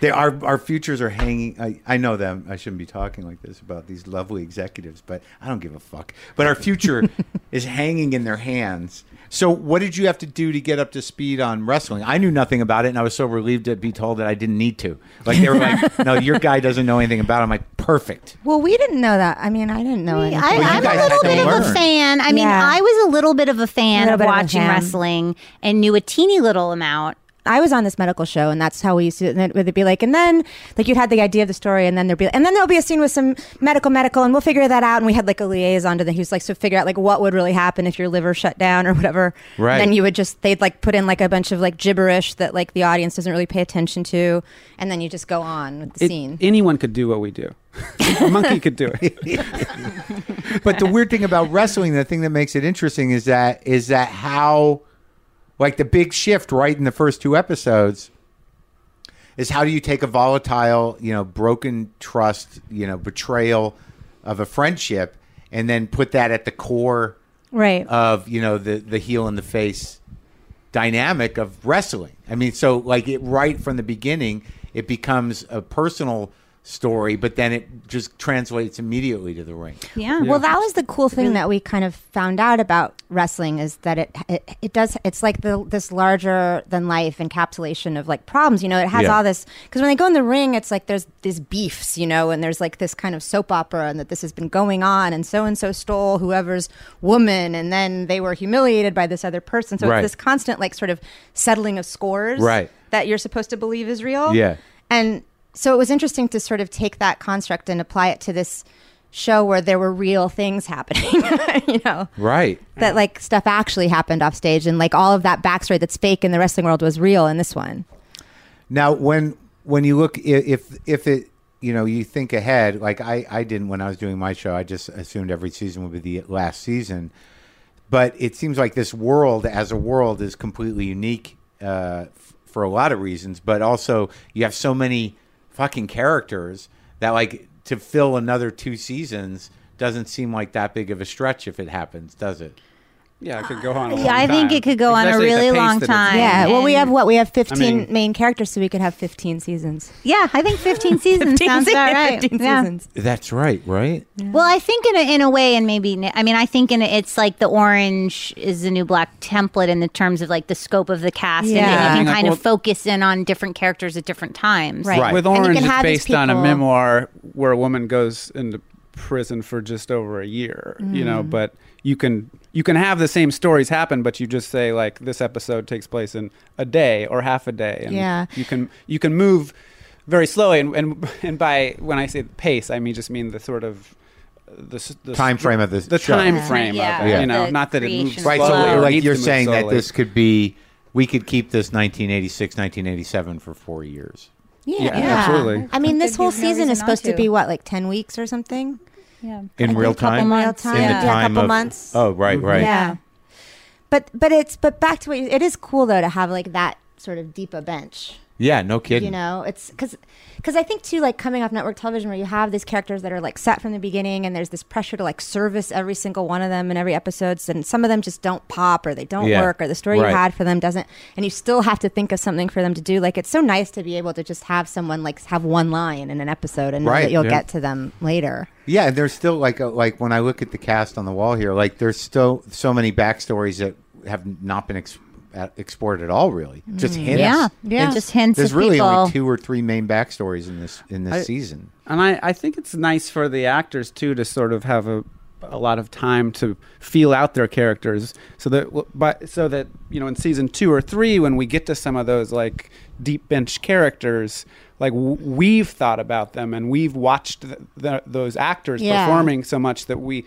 A: they our our futures are hanging. I, I know that I shouldn't be talking like this about these lovely executives, but I don't give a fuck. But our future is hanging in their hands. So what did you have to do to get up to speed on wrestling? I knew nothing about it, and I was so relieved to be told that I didn't need to. Like they were like, "No, your guy doesn't know anything about it." I'm like, "Perfect."
E: Well, we didn't know that. I mean, I didn't know it.
D: I,
A: you
D: I'm
A: guys
D: a little
A: had to
D: bit of
A: learn.
D: a fan. I mean,
E: Yeah.
D: I was a little bit of a fan
E: Little
D: of
E: bit of a
D: watching
E: fan.
D: wrestling and knew a teeny little amount.
E: I was on this medical show, and that's how we used to. And it would be like, and then like you'd had the idea of the story, and then there'd be, and then there'll be a scene with some medical, medical, and we'll figure that out. And we had like a liaison to the who's like, so figure out like what would really happen if your liver shut down or whatever.
A: Right.
E: Then you would just they'd like put in like a bunch of like gibberish that like the audience doesn't really pay attention to, and then you just go on with the
C: It-
E: scene.
C: anyone could do what we do. [laughs] a monkey could
A: [laughs]
C: do it.
A: but the weird thing about wrestling, the thing that makes it interesting is that is that how like the big shift right in the first two episodes is how do you take a volatile, you know, broken trust, you know, betrayal of a friendship and then put that at the core
E: right.
A: of, you know, the the heel and the face dynamic of wrestling. I mean, so like it right from the beginning, it becomes a personal story, but then it just translates immediately to the ring.
D: Yeah.
E: Well, that was the cool thing that we kind of found out about wrestling is that it it, it does it's like the this larger than life encapsulation of like problems. You know, it has
A: Yeah.
E: all this because when they go in the ring, it's like there's these beefs, you know, and there's like this kind of soap opera and that this has been going on, and so and so stole whoever's woman, and then they were humiliated by this other person. So
A: Right.
E: it's this constant like sort of settling of scores,
A: Right.
E: That you're supposed to believe is real,
A: Yeah.
E: and so it was interesting to sort of take that construct and apply it to this show where there were real things happening, [laughs] you know,
A: Right.
E: that like stuff actually happened off stage and like all of that backstory that's fake in the wrestling world was real in this one.
A: Now, when when you look i- if if it you know you think ahead like I I didn't when I was doing my show I just assumed every season would be the last season but it seems like this world as a world is completely unique uh, f- for a lot of reasons but also you have so many fucking characters that like to fill another two seasons doesn't seem like that big of a stretch if it happens does it
C: Yeah, it could go on. A
D: Yeah,
C: long
D: I think
C: time.
D: it could go on a
C: Especially at the
D: really
C: pace
D: long
C: that it's
D: time.
C: going.
E: Yeah. Well, we
D: And-
E: have what? We have 15
C: Oh, mean-
E: main characters, so we could have 15 [laughs] seasons.
D: Yeah, I think [laughs] 15 seasons
E: 15
D: sounds about
E: seasons,
D: right.
E: 15
D: Yeah.
E: seasons.
A: that's right right
D: Well, I think in a, in a way, and maybe n- I mean, I think in a, it's like the orange is the new black template in the terms of like the scope of the cast, and
E: Yeah.
D: then you can
C: Like,
D: kind
C: well-
D: of focus in on different characters at different times.
E: Right.
A: Right.
C: With
E: And you
C: Orange,
E: can
C: it's
E: have these
C: based on a
E: people-
C: memoir where a woman goes into prison for just over a year. You
D: Mm.
C: know, but you can you can have the same stories happen, but you just say like this episode takes place in a day or half a day, and
E: Yeah.
C: you can you can move very slowly. And and and by when I say pace, I mean just mean the sort of the, s- the
A: time frame of this
C: the
A: show.
C: time frame
D: Yeah,
C: of it.
A: Yeah.
C: You know,
D: the
C: not that it moves
D: creation
C: slowly
A: Right.
D: Slow.
A: So,
C: or
A: like
C: needs
A: you're
C: to move
A: saying that
C: slowly.
A: this could be, we could keep this 1986, 1987 for four years.
E: Yeah.
C: Yeah, absolutely.
E: I mean, this
D: There'd be
E: whole
D: no
E: season
D: reason
E: is supposed
D: not
E: to
D: to.
E: be what, like 10 weeks or something?
D: Yeah.
A: In
E: I think
A: real
E: a couple
A: time?
E: months.
D: Real time.
A: In
D: Yeah.
A: the time
E: a couple
A: of,
E: months.
A: Oh, right, right.
E: Yeah. But but it's but back to what you, it is cool though to have like that sort of deep a bench.
A: Yeah, no kidding.
E: You know, it's because because I think too like coming off network television where you have these characters that are like set from the beginning and there's this pressure to like service every single one of them in every episode so- and some of them just don't pop or they don't
A: Yeah.
E: work or the story
A: Right.
E: you had for them doesn't and you still have to think of something for them to do like it's so nice to be able to just have someone like have one line in an episode and know
A: Right,
E: that you'll
A: yeah.
E: get to them later.
A: Yeah, and there's still like a, like when I look at the cast on the wall here, like there's still so many backstories that have not been ex- uh, explored at all. Really, just
E: Mm.
A: hints.
D: Yeah. Yeah. Just hints
A: There's
D: of
A: really only
D: people.
A: two or three main backstories in this in this
C: I-
A: season.
C: And I, I think it's nice for the actors too to sort of have a a lot of time to feel out their characters so that but so that you know in season 2 or 3 when we get to some of those like deep bench characters like w- we've thought about them and we've watched th the, those actors
E: Yeah.
C: performing so much that we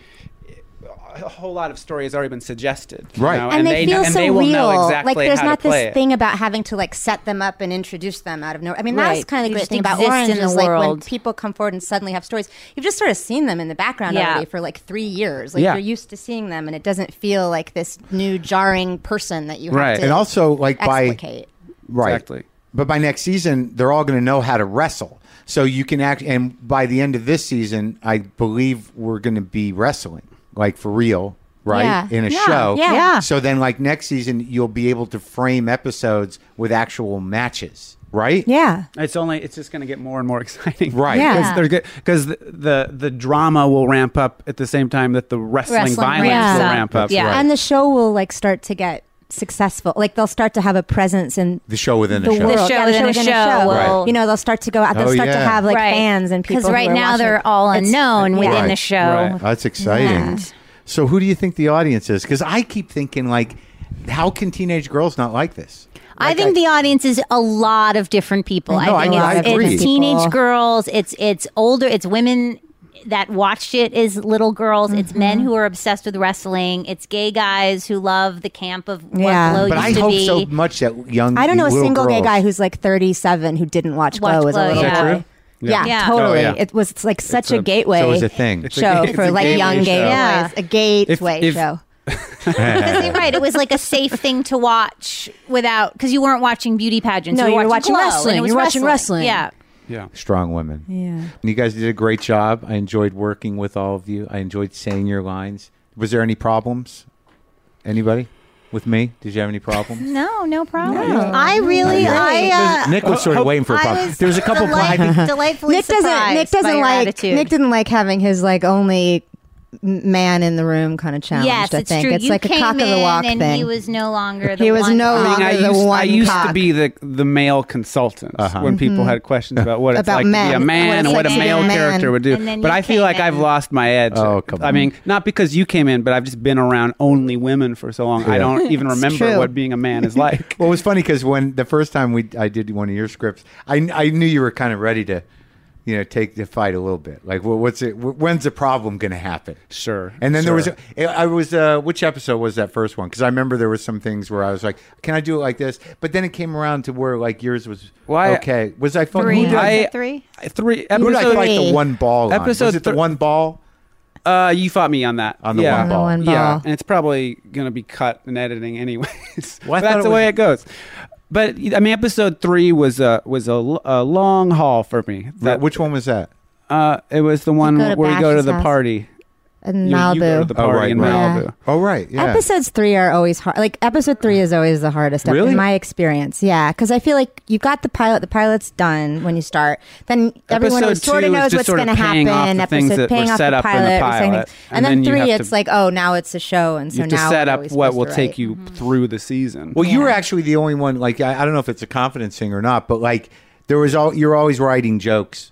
C: a whole lot of story has already been suggested you
A: Right.
C: know,
E: and, they, feel
C: and
E: so
C: they will
E: real.
C: know exactly
E: like there's
C: how
E: not
C: to play
E: this
C: it.
E: thing about having to like set them up and introduce them out of nowhere. I mean, that's
D: Right.
E: kind of
D: You
E: the great
D: just
E: thing about
D: exist
E: Orange
D: in the
E: is like when
D: world.
E: people come forward and suddenly have stories. You've just sort of seen them in the background
D: Yeah.
E: already for like three years. Like
C: Yeah.
E: you're used to seeing them, and it doesn't feel like this new jarring person that you have
C: Right.
E: to
A: And also, like by
E: explicate.
A: Right.
C: Exactly.
A: But by next season, they're all going to know how to wrestle. So you can act. And by the end of this season, I believe we're going to be wrestling, like for real, right?
E: Yeah.
A: In a
E: Yeah.
A: show.
E: Yeah. Yeah.
A: So then, like next season, you'll be able to frame episodes with actual matches, right?
E: yeah,
C: It's only it's just going to get more and more [laughs] exciting,
A: Right.
E: Yeah.
C: Because the, the the drama will ramp up at the same time that the wrestling,
D: Wrestling
C: violence
D: ramps
C: will
D: up.
C: ramp up.
D: Yeah. Right.
E: and the show will like start to get successful. Like they'll start to have a presence in
A: The show within
E: the
A: a show.
E: world.
D: show
E: yeah,
D: within a
E: within
D: show will-
E: You know, they'll start to go out. They'll
A: Oh,
E: start to
A: yeah.
E: have like
D: Right.
E: fans and people.
D: Because
E: who
D: right
E: are
D: now
E: watching.
D: they're all
E: It's-
D: unknown
E: yeah.
D: within
A: Right.
D: the show.
C: Right.
A: That's exciting.
E: Yeah.
A: So who do you think the audience is? Because I keep thinking, like, how can teenage girls not like this?
D: I think the audience is a lot of different people.
A: No, I-
D: I think
A: I
D: it's,
A: agree.
D: it's teenage
E: People.
D: girls, it's it's older, it's women that watched it is little girls, it's
E: Mm-hmm.
D: men who are obsessed with wrestling, it's gay guys who love the camp of what
E: Yeah.
D: Glow
A: But I
D: used to
A: hope
D: be.
A: so much that young.
E: I don't know a
A: little
E: single gay
A: girls-
E: guy who's like 37 who didn't watch
D: Watch
E: Glow as a
D: Glow,
E: little
D: yeah. Is that
E: boy.
C: true?
E: Yeah,
D: Yeah. Yeah.
E: totally.
C: Oh, yeah.
E: It was it's like such
C: a-
E: a gateway
A: So it was a thing.
E: show
C: it's
E: for
C: a
E: like
C: gateway
E: young gay
C: show.
D: Yeah.
E: boys. A gateway
C: if-
E: show. [laughs]
D: Because you're right, it was like a safe thing to watch without because you weren't watching beauty pageants.
E: No,
D: you
E: you
D: were
E: were watching
D: Glow, and it
E: wrestling.
D: was
E: You were watching wrestling.
D: Yeah,
C: Yeah.
A: Strong women.
E: Yeah.
A: You guys did a great job. I enjoyed working with all of you. I enjoyed saying your lines. Was there any problems? Anybody with me? Did you have any
D: [laughs]
A: problems?
D: no, no problem. I really, I uh,
A: Nick was sort of waiting for a
D: I
A: problem.
D: was
A: There's a couple. pl- I
D: delight,
A: think-
D: delightfully
E: Nick doesn't Nick
D: surprised by
E: doesn't
D: your
E: like
D: attitude.
E: Nick didn't like having his like only m- man in the room kind of challenge.
D: Yes,
E: I
D: it's
E: think
D: true.
E: it's
D: you
E: like a
D: came
E: cock of
D: in
E: the walk
D: and
E: thing.
D: he was no longer. The
E: He was
D: one
E: no
D: cock.
E: longer-
C: I
E: Longer the
C: used, I
E: one
C: used to
E: cock.
C: be the the male consultant
A: Uh-huh.
C: when people had questions about what it's like
E: About
C: to be a
E: men.
C: man and
E: What
C: what a
E: it's like to be
C: male
E: a man.
C: character would do.
D: And then
C: But
D: you
C: I feel
D: came
C: like I've
D: in.
C: lost my edge.
A: Oh, come
C: I
A: on.
C: mean, not because you came in, but I've just been around only women for so long. I don't
E: [laughs]
C: even remember
E: true.
C: what being a man is
A: [laughs]
C: like.
A: well, it was funny because when the first time we I did one of your scripts, I I knew you were kind of ready to you know, take the fight a little bit. Like, well, what's it? wh- When's the problem going to happen?
C: Sure,
A: And then there was,
C: sure.
A: a- I was, uh, which episode was that first one? Because I remember there was some things where I was like, can I do it like this? But then it came around to where like yours was
C: Why-
A: okay. Was I fucking
D: Three.
A: Who did,
D: I-
A: I,
D: it three?
C: I- three
A: who did I
C: episode.
A: fight the one ball? on?
C: Episode
A: was it the
C: thir-
A: one ball?
C: Uh, you fought me on that.
A: On the
C: yeah.
A: one ball.
B: On the one
C: Yeah,
B: ball.
C: and it's probably gonna be cut in editing anyways. [laughs]
A: Well, I thought
C: That's
A: it
C: the
A: was-
C: way it goes. But I mean, episode three was a was a, l- a long haul for me. That
A: which one was that?
C: uh, it was the one
B: go to
C: where we go to
B: Bash's
C: the
B: house.
C: party.
B: in
C: You- You, go to
B: Malibu.
C: the
A: Oh,
C: party
A: right,
C: in
A: right.
C: Malibu.
B: Yeah.
A: Oh right, yeah.
B: Episodes three are always hard. Like episode three is always the hardest ep-
A: Really?
B: in my
E: my experience yeah because i feel like you've got the pilot the pilot's done when you start then everyone
C: Episode
E: sort
C: two is
E: of knows
C: just
E: what's
C: sort of
E: going to
C: paying
E: happen
C: off the things
E: episode
C: that
E: paying
C: were
E: off
C: set
E: the
C: up in the
E: pilot, we're saying
C: pilot,
E: things.
C: and
E: and, then,
C: then you
E: three
C: have to-
E: it's like oh now it's a show and so
C: You have to
E: now
C: set
E: what are
C: up
E: we
C: what
E: supposed
C: will
E: to
C: take
E: write?
C: you through the season.
A: Well, you were actually the only one. Like I, I don't know if it's a confidence thing or not, but like there was all you're always writing jokes,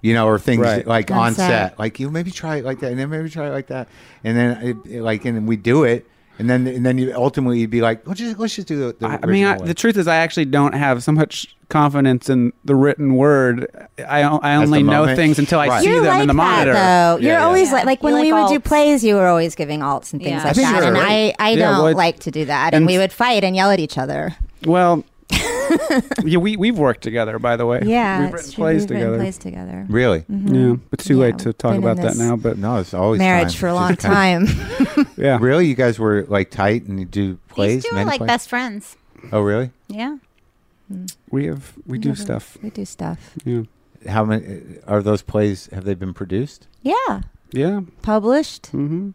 A: you know, or things
C: Right.
A: like
B: On
A: on, set.
B: set.
A: Like you maybe try it like that, and then maybe try it like that, and then it, it- like and then we do it, and then and then you ultimately you'd be like, let's just let's just do the. the
C: I I mean, I,
A: original way.
C: the truth is, I actually don't have so much confidence in the written word. I, I
A: the
C: only know
A: moment.
C: things until I
A: Right.
C: see
E: you're
C: them
E: like
C: in the monitor.
E: that, though. You're
A: yeah.
E: always
D: Yeah.
E: like, like
D: You
E: when
D: like
E: we would do
D: alts.
E: plays, you were always giving alts and things
D: Yeah. I
E: like
A: think
E: that.
A: you're
E: And
A: right.
E: I, I
C: Yeah,
E: don't
C: well,
E: like to do that.
C: and
E: And we
C: s-
E: would fight and yell at each other.
C: Well, [laughs] yeah, we we've worked together, by the way.
E: Yeah,
C: we've written plays together.
E: plays together.
A: really
C: Yeah, it's too
E: Yeah,
C: late to
E: we've
C: talk
E: been in
C: about that
E: this
C: now. But
A: no, it's always
E: Mm-hmm. Marriage
A: time.
E: for a
A: It's [laughs]
E: long
A: just kind
E: time.
C: yeah,
A: of-
E: [laughs]
A: really, you guys were like tight and you do plays.
D: These two are
A: many
D: like
A: plays?
D: best friends.
A: Oh really?
D: Yeah.
E: Mm.
C: we have we do stuff.
E: [laughs] we do stuff.
C: Yeah,
A: How many are those plays? Have they been produced?
E: Yeah,
C: yeah.
E: published.
C: Mm-hmm.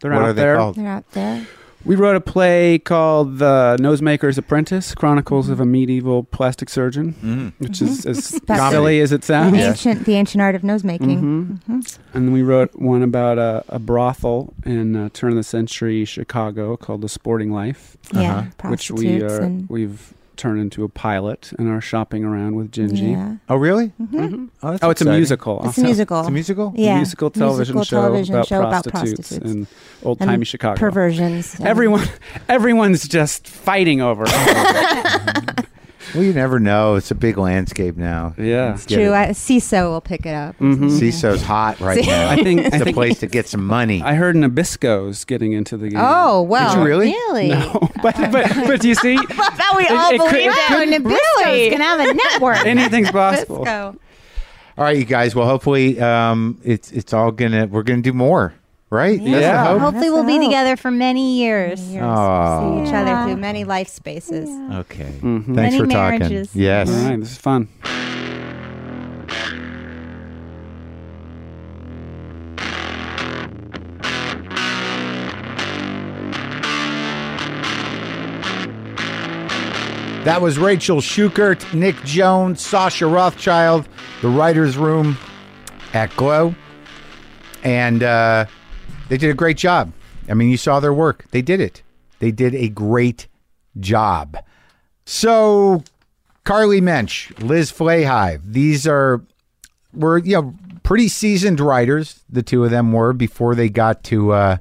C: They're
A: what
C: out
A: are they
C: there.
A: called?
E: They're out there.
C: We wrote a play called The Nosemaker's Apprentice: Chronicles of a Medieval Plastic Surgeon,
A: Mm.
C: which is as
E: Mm-hmm. [laughs] That's
C: silly as it
E: The
C: sounds.
A: Yeah.
E: ancient, the ancient art of nose making. Mm-hmm.
C: Mhm. And then we wrote one about a, a brothel in uh, turn of the century Chicago called The Sporting Life,
E: Yeah,
A: Uh-huh.
C: which
E: prostitutes
C: we are,
E: and
C: we've turned into a pilot and are shopping around with Gingy.
E: yeah.
A: Oh really?
E: Mhm.
C: Mhm.
A: Oh, that's
C: Oh, it's a
A: exciting.
C: musical.
E: It's
C: also.
E: a musical.
A: It's a musical.
E: yeah,
C: musical television
E: Musical
C: show,
E: television
C: about,
E: show about
C: prostitutes
E: prostitutes
C: in old timey
E: and
C: Chicago.
E: perversions. and-
C: Everyone, [laughs] everyone's just fighting over.
A: [laughs] Well, you never know. It's a big landscape now.
C: yeah,
E: It's true. I, CISO will pick it up.
C: Mhm.
A: CISO's hot right now.
C: [laughs] I think I
A: It's a
C: think
A: place to get some money.
C: I heard Nabisco's getting into the game.
E: Oh well,
A: Did you really?
D: Really?
E: [laughs]
C: no, [laughs] but but but do you see,
D: That we
C: It-
D: all
C: it could-
D: believe
C: it
D: that.
C: couldn't-
D: Nabisco's gonna have
C: [laughs]
D: a network.
E: [laughs]
C: anything's possible.
D: Nabisco.
A: All right, you guys. Well, hopefully, um, it's it's all gonna. We're gonna do more, right? That's the
C: Yeah.
A: hope.
D: Hopefully,
E: That's
D: we'll
E: the
D: be
E: hope.
D: together for many years.
A: Aw.
E: each other through many life spaces.
A: Okay.
C: Mhm.
A: Thanks
D: Many
A: for talking.
D: marriages.
A: Yes.
C: All right, this is fun.
A: That was Rachel Schukert, Nick Jones, Sasha Rothschild, the writers' room at Glow, and uh, they did a great job. I mean, you saw their work. They did it. They did a great job. So, Carly Mensch, Liz Flahive, these are were you know pretty seasoned writers. The two of them were before they got to. Uh,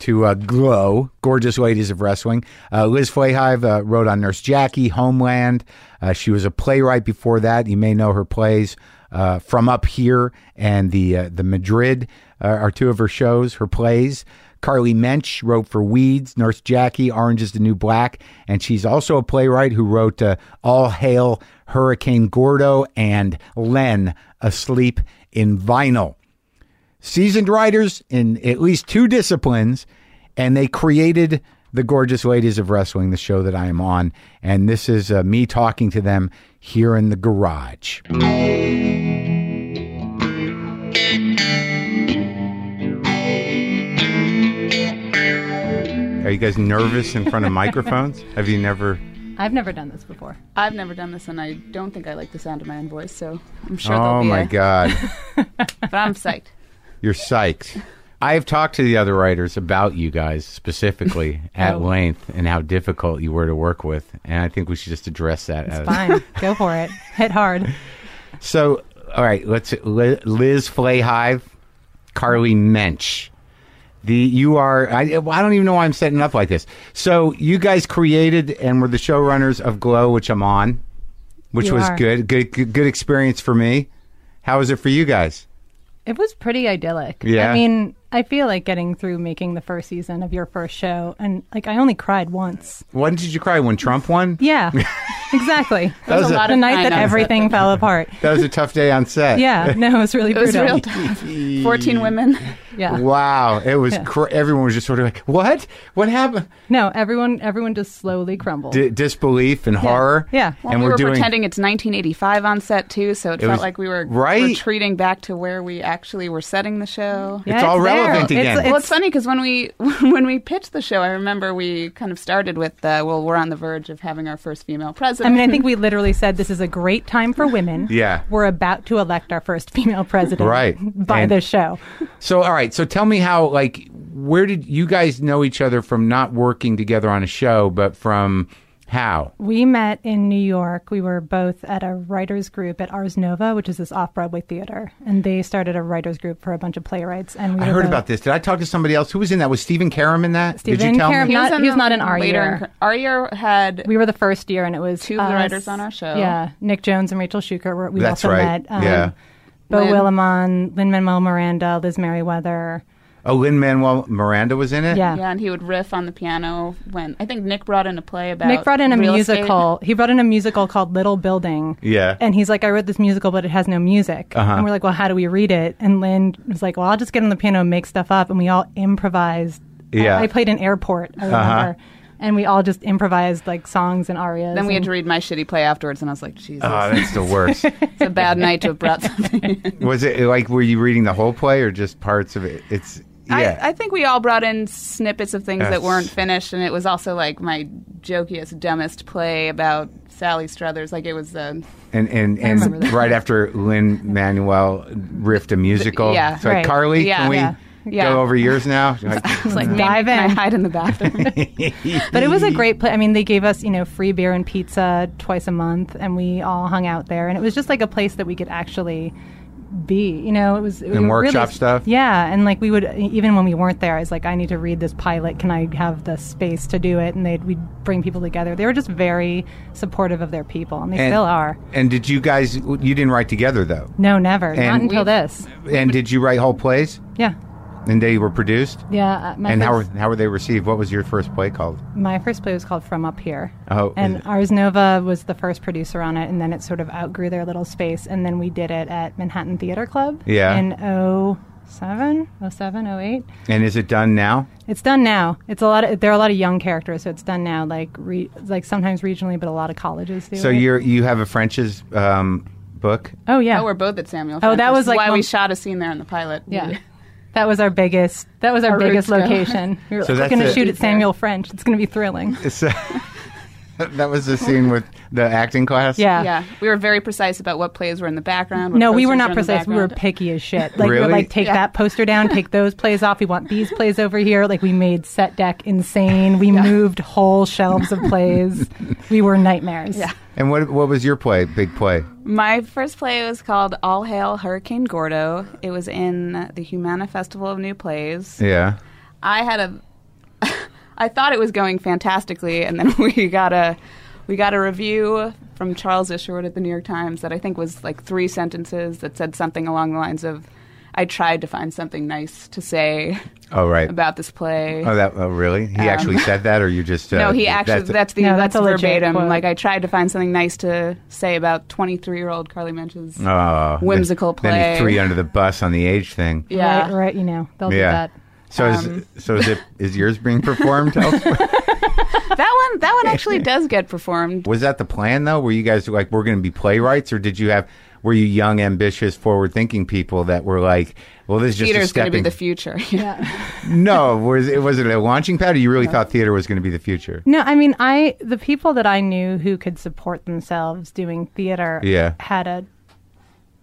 A: to uh, Glow, Gorgeous Ladies of Wrestling. Uh, Liz Flahive uh, wrote on Nurse Jackie, Homeland. Uh, she was a playwright before that. You may know her plays uh, From Up Here and the uh, the Madrid uh, are two of her shows, her plays. Carly Mensch wrote for Weeds, Nurse Jackie, Orange is the New Black, and she's also a playwright who wrote uh, All Hail Hurricane Gordo and Len, Asleep in Vinyl seasoned writers in at least two disciplines, and they created the Gorgeous Ladies of Wrestling, the show that I am on. And this is uh, me talking to them here in the garage. Are you guys nervous in front of microphones? Have you never?
F: I've never done this before. I've never done this, and I don't think I like the sound of my own voice, so I'm sure
A: oh
F: there'll be
A: my
F: a-
A: God.
F: But I'm psyched.
A: You're psyched. I've talked to the other writers about you guys specifically at length and how difficult you were to work with, and I think we should just address that. as-
F: Fine, go for it. Hit hard.
A: So, all right, let's Li- Liz Flahive, Carly Mensch. The you are I, I don't even know why I'm setting up like this. So you guys created and were the showrunners of Glow, which I'm on. which
D: You
A: was
D: are.
A: good. good. Good good experience for me. How was it for you guys?
G: [laughs] It was pretty idyllic.
A: Yeah.
G: I mean, I feel like getting through making the first season of your first show, and like I only cried once.
A: When did you cry when Trump won? [laughs]
G: Yeah, exactly.
A: That was a-
G: the night
F: I
G: that
F: know. [laughs]
G: everything fell apart.
A: That was a tough day on set. [laughs]
G: Yeah, no, it was really
F: It was
G: brutal.
F: real tough. 14 women.
G: Yeah,
A: Wow, it was. Cr- everyone was just sort of like, "What? What happened?"
G: no, everyone, everyone just slowly crumbled.
A: D- disbelief and horror.
G: Yeah.
F: Well,
A: and
F: we
A: we're
F: were
A: doing.
F: pretending it's 1985 on set too, so it, felt
A: was-
F: like we were
A: right?
F: retreating back to where we actually were setting the show.
G: Yeah,
A: it's all
G: there.
A: relevant
G: It's-
A: again.
G: it's-
F: Well, it's funny because when we [laughs] when we pitched the show, I remember we kind of started with, uh, well, we're on the verge of having our first female
G: I
F: president.
G: mean, I think we literally said this is a great time for women.
A: [laughs] Yeah.
G: We're about to elect our first female president
A: Right.
G: by
A: And-
G: this show.
A: so, all right. So, tell me how. Like, where did you guys know each other from? Not working together on a show, but from how?
G: We met in New York. We were both at a writers group at Ars Nova, which is this off Broadway theater. And they started a writers group for a bunch of playwrights. And we
A: I
G: were
A: heard
G: both-
A: about this. Did I talk to somebody else? Who was in that? Was Stephen Karam in that? did
G: Stephen
A: you tell
G: Karam-
A: me?
G: He was not- he was not in our
F: later
G: year.
F: in cur- our year had
G: We were the first year, and it was
F: Two of the
G: us-
F: writers on our show.
G: Yeah, Nick Jones and Rachel Shuker. Were, we
A: That's
G: also
A: right.
G: met. Um,
A: Yeah.
G: Bo
F: Lin.
G: Willimon, Lin Manuel Miranda, Liz Merriweather.
A: Oh, Lin Manuel Miranda was in it.
G: Yeah.
F: yeah, and he would riff on the piano when I think Nick brought in a play about
G: Nick brought in a
F: real estate.
G: musical. He brought in a musical called Little Building.
A: Yeah. Uh-huh.
G: And he's like, I wrote this musical, but it has no music. And we're like, well, how do we read it? And Lynn was like, well, I'll just get on the piano and make stuff up. And we all improvised. I-
A: Yeah. Uh-huh.
G: I, played an airport, I remember. And we all just improvised like songs and arias.
F: Then we had
G: and-
F: to read my shitty play afterwards, and I was like, Jesus,
A: Oh, that's the
G: [laughs]
A: worst.
F: it's a bad night to have brought something.
A: was it like? Were you reading the whole play or just parts of it? It's yeah.
F: I, I think we all brought in snippets of things
A: Yes.
F: that weren't finished, and it was also like my jokiest, dumbest play about Sally Struthers. Like it was uh, a
A: and and,
F: remember
A: and
F: that.
A: right after Lynn Manuel riffed a musical.
F: Yeah.
A: So like,
G: Right.
A: Carly,
F: Yeah.
A: can we
F: Yeah. Yeah.
A: go over yours
G: [laughs]
A: now? Like,
F: it's like
G: Dive
F: man,
G: in.
F: Can I hide in the bathroom.
A: [laughs]
G: but it was a great place. I mean, they gave us, you know, free beer and pizza twice a month, and we all hung out there. And it was just like a place that we could actually be. You know, it was
A: And workshop stuff?
G: Yeah, and like we would e, even when we weren't there, I was like, I need to read this pilot. Can I have the space to do it? And they'd we'd bring people together. They were just very supportive of their people, and they
A: And-
G: still are.
A: And did you guys? You didn't write together though.
G: No, never. Not
A: And-
G: until this.
A: And did you write whole plays?
G: Yeah.
A: And they were produced.
G: Yeah, uh, my
A: And how were
G: first,
A: how were they received? What was your first play called?
G: my first play was called From Up Here.
A: Oh,
G: And
A: is-
G: Ars Nova was the first producer on it, and then it sort of outgrew their little space. And then we did it at Manhattan Theater Club
A: Yeah.
G: in 07, 07, 08.
A: And is it done now?
G: It's done now. It's a lot. Of, there are a lot of young characters, so it's done now. Like re, like sometimes regionally, but a lot of colleges do.
A: So
G: it.
A: you're you have a French's um, book. [laughs]
G: Oh
F: [laughs]
G: yeah.
F: oh, we're both at Samuel.
G: Oh, that
F: Francis.
G: was like
F: why
G: one-
F: we shot a scene there in the pilot.
G: yeah. That was our biggest. That was our,
F: Our
G: biggest
F: roots go.
G: location. We
A: [laughs]
G: were
A: So
G: like,
A: that's
G: we're going
A: it.
G: to shoot at Samuel French. It's going to be thrilling.
A: It's, uh, that was the scene with the acting class.
G: Yeah.
F: yeah, we were very precise about what plays were in the background. what
G: No, we were
F: posters
G: not
F: in the
G: precise. We were
F: background.
G: picky as shit. Like we were
A: Really?
G: like, take that poster down, take those plays off. We want these plays over here. Like we made set deck insane. We moved whole shelves of plays.
F: [laughs]
G: we were nightmares. Yeah.
A: And what what was your play? Big play.
F: My first play was called All Hail Hurricane Gordo. It was in the Humana Festival of New Plays.
A: Yeah.
F: I had a [laughs] I thought it was going fantastically and then [laughs] we got a we got a review from Charles Isherwood at the New York Times that I think was like three sentences that said something along the lines of I tried to find something nice to say
A: Oh right.
F: about this play.
A: Oh, that oh, really?
G: Um,
A: He actually said that, or you
G: [laughs]
A: just? Uh,
F: no, he actually that's, the
G: No,
F: that's,
G: that's a legit
F: verbatim.
G: quote.
F: Like I tried to find something nice to say about 23-year-old Carly Mensch's
A: Oh,
F: whimsical
A: then, Then
F: play.
A: he threw you under the bus on the age thing.
F: Yeah.
G: Right, right. You know, they'll
A: yeah.
G: do that. Um,
A: So is so is it is yours being
G: [laughs]
A: performed? elsewhere?
F: that one that one
A: [laughs]
F: actually does get performed.
A: was that the plan though? Were you guys like we're going to be playwrights, or did you have were you young, ambitious, forward-thinking people that were like, well, this is just a
F: Theater's going to be
A: stepping.
F: the future. [laughs]
A: no, was it was it a launching pad, or you really thought theater was going to be the future?
G: No, I mean, I the people that I knew who could support themselves doing theater
A: Yeah.
G: had a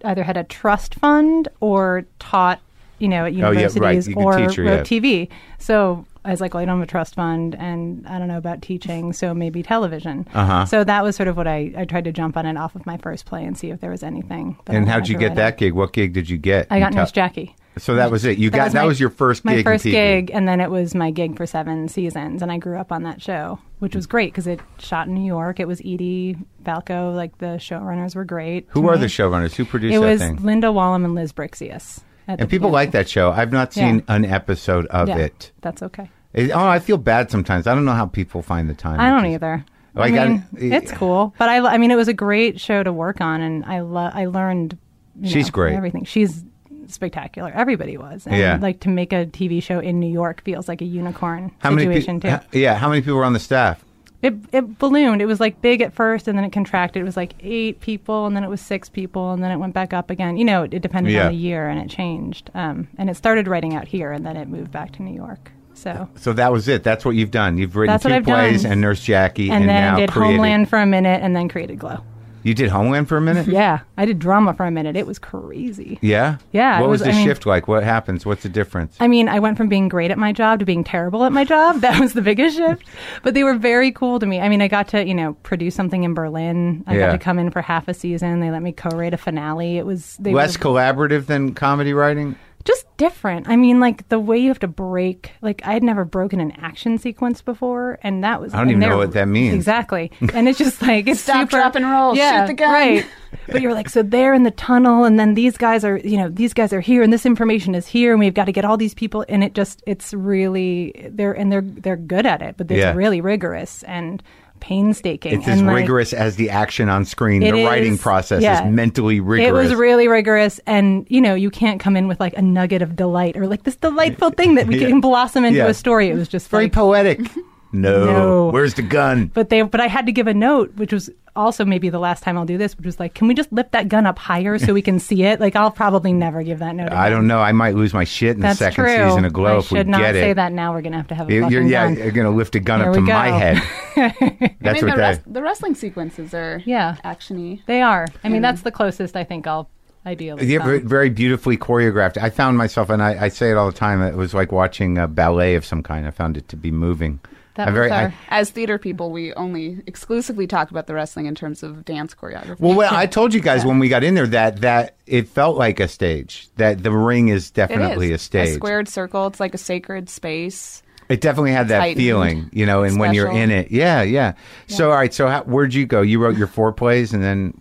G: either had a trust fund or taught, you know, at
A: Oh, right.
G: universities
A: You could
G: or
A: teach her,
G: wrote
A: yeah.
G: TV. So I was like, well, I don't have a trust fund, and I don't know about teaching, so maybe television.
A: Uh-huh.
G: So that was sort of what I, I tried to jump on and off of my first play and see if there was anything. that I
A: and
G: wanted
A: how'd you
G: to
A: get
G: write on.
A: that gig? What gig did you get?
G: I got
A: You tell-
G: Nurse Jackie.
A: So that was it. You got that
G: my-
A: was your first
G: my
A: gig.
G: first
A: in TV.
G: gig, and then it was my gig for seven seasons, and I grew up on that show, which was great because it shot in New York. It was Edie Falco, like the showrunners were great.
A: Who
G: to
A: are
G: me.
A: the showrunners? Who produced
G: It
A: that
G: was
A: thing?
G: Linda Wallum and Liz Brixius. at the
A: And people
G: beginning.
A: like that show. I've not seen an episode of
G: Yeah,
A: it.
G: That's okay.
A: It- Oh, I feel bad sometimes. I don't know how people find the time.
G: I
A: to
G: don't
A: just-
G: either.
A: Oh, I
G: I,
A: got
G: mean,
A: it.
G: it's cool, but I, lo- I mean, it was a great show to work on, and I lo- I learned. you
A: She's
G: know,
A: great.
G: Everything she's spectacular. Everybody was. And,
A: Yeah.
G: Like to make a TV show in New York feels like a unicorn
A: How many?
G: situation
A: people?
G: too.
A: yeah, how many people were on the staff?
G: it it ballooned. It was like big at first, and then it contracted. It was like eight people, and then it was six people, and then it went back up again. You know, it, it depended
A: Yeah.
G: on the year, and it changed. Um, and it started writing out here, and then it moved back to New York. So.
A: So that was it. That's what you've done. You've written
G: That's
A: two
G: what I've
A: plays
G: done.
A: and Nurse Jackie, and,
G: And, then
A: now
G: did
A: created.
G: Homeland for a minute, and then created Glow.
A: You did Homeland for a minute.
G: Yeah, I did drama for a minute. It was crazy.
A: Yeah.
G: Yeah,
A: What
G: it
A: was,
G: was-
A: the
G: I mean-
A: shift like? What happens? What's the difference?
G: I mean, I went from being great at my job to being terrible at my job. [laughs] That was the biggest shift. But they were very cool to me. I mean, I got to, you know, produce something in Berlin. I
A: Yeah.
G: got to come in for half a season. They let me co-write a finale. It was they
A: Less
G: were
A: collaborative than comedy writing.
G: just different. I mean, like the way you have to break. Like I had never broken an action sequence before, and that was
A: I don't
G: and
A: even know
G: they're-
A: what that means.
G: exactly. And it's just like it's
F: Stop,
G: super,
F: drop, and roll. Shoot
G: Yeah,
F: the gun.
G: right. But you're like, so they're in the tunnel, and then these guys are, you know, these guys are here, and this information is here, and we've got to get all these people. And it just, it's really they're and they're they're good at it, but it's
A: Yeah.
G: really rigorous and painstaking.
A: It's
G: and
A: as
G: like,
A: rigorous as the action on screen. The
G: it
A: writing
G: is-
A: process
G: yeah.
A: is mentally rigorous.
G: It was really rigorous, and you know, you can't come in with like a nugget of delight or like this delightful thing that we
A: [laughs] Yeah.
G: can blossom into
A: Yeah.
G: a story. It was just
A: very
G: like-
A: poetic.
G: [laughs]
A: No.
G: No.
A: Where's the gun?
G: but they but I had to give a note, which was also maybe the last time I'll do this, which was like, can we just lift that gun up higher so we can see it? Like I'll probably never give that note.
A: I
G: again.
A: don't know. I might lose my shit in
G: That's
A: the second
G: true.
A: season of Glow
G: I
A: if we
G: should not
A: get
G: say
A: it.
G: that now. We're gonna have to have a
A: You-
G: fucking
A: You're, yeah, uh,
G: gun.
A: you're gonna lift a gun
G: There
A: up
G: we
A: to my
G: [laughs] go.
A: head.
F: I
A: That's
F: mean,
A: what
F: the,
A: that.
F: rest, the wrestling sequences are
G: Yeah.
F: actiony.
G: They are. I mean, that's the closest I think I'll ideally.
A: Yeah,
G: come.
A: very, very beautifully choreographed. I found myself, and I, I say it all the time. It was like watching a ballet of some kind. I found it to be moving.
G: That
A: I
G: was
A: very, I-
G: our-
F: As theater people, we only exclusively talk about the wrestling in terms of dance choreography.
A: well, well, I told you
G: [laughs]
A: guys when we got in there that that it felt like a stage. That the ring is
F: It
A: definitely
F: is.
A: a stage.
F: A squared circle. It's like a sacred space.
A: It definitely had that
F: Tightened.
A: feeling, you know, and when you're
F: Special.
A: in it, yeah, yeah. So, all right, so how, where'd you go? You wrote your four plays, and then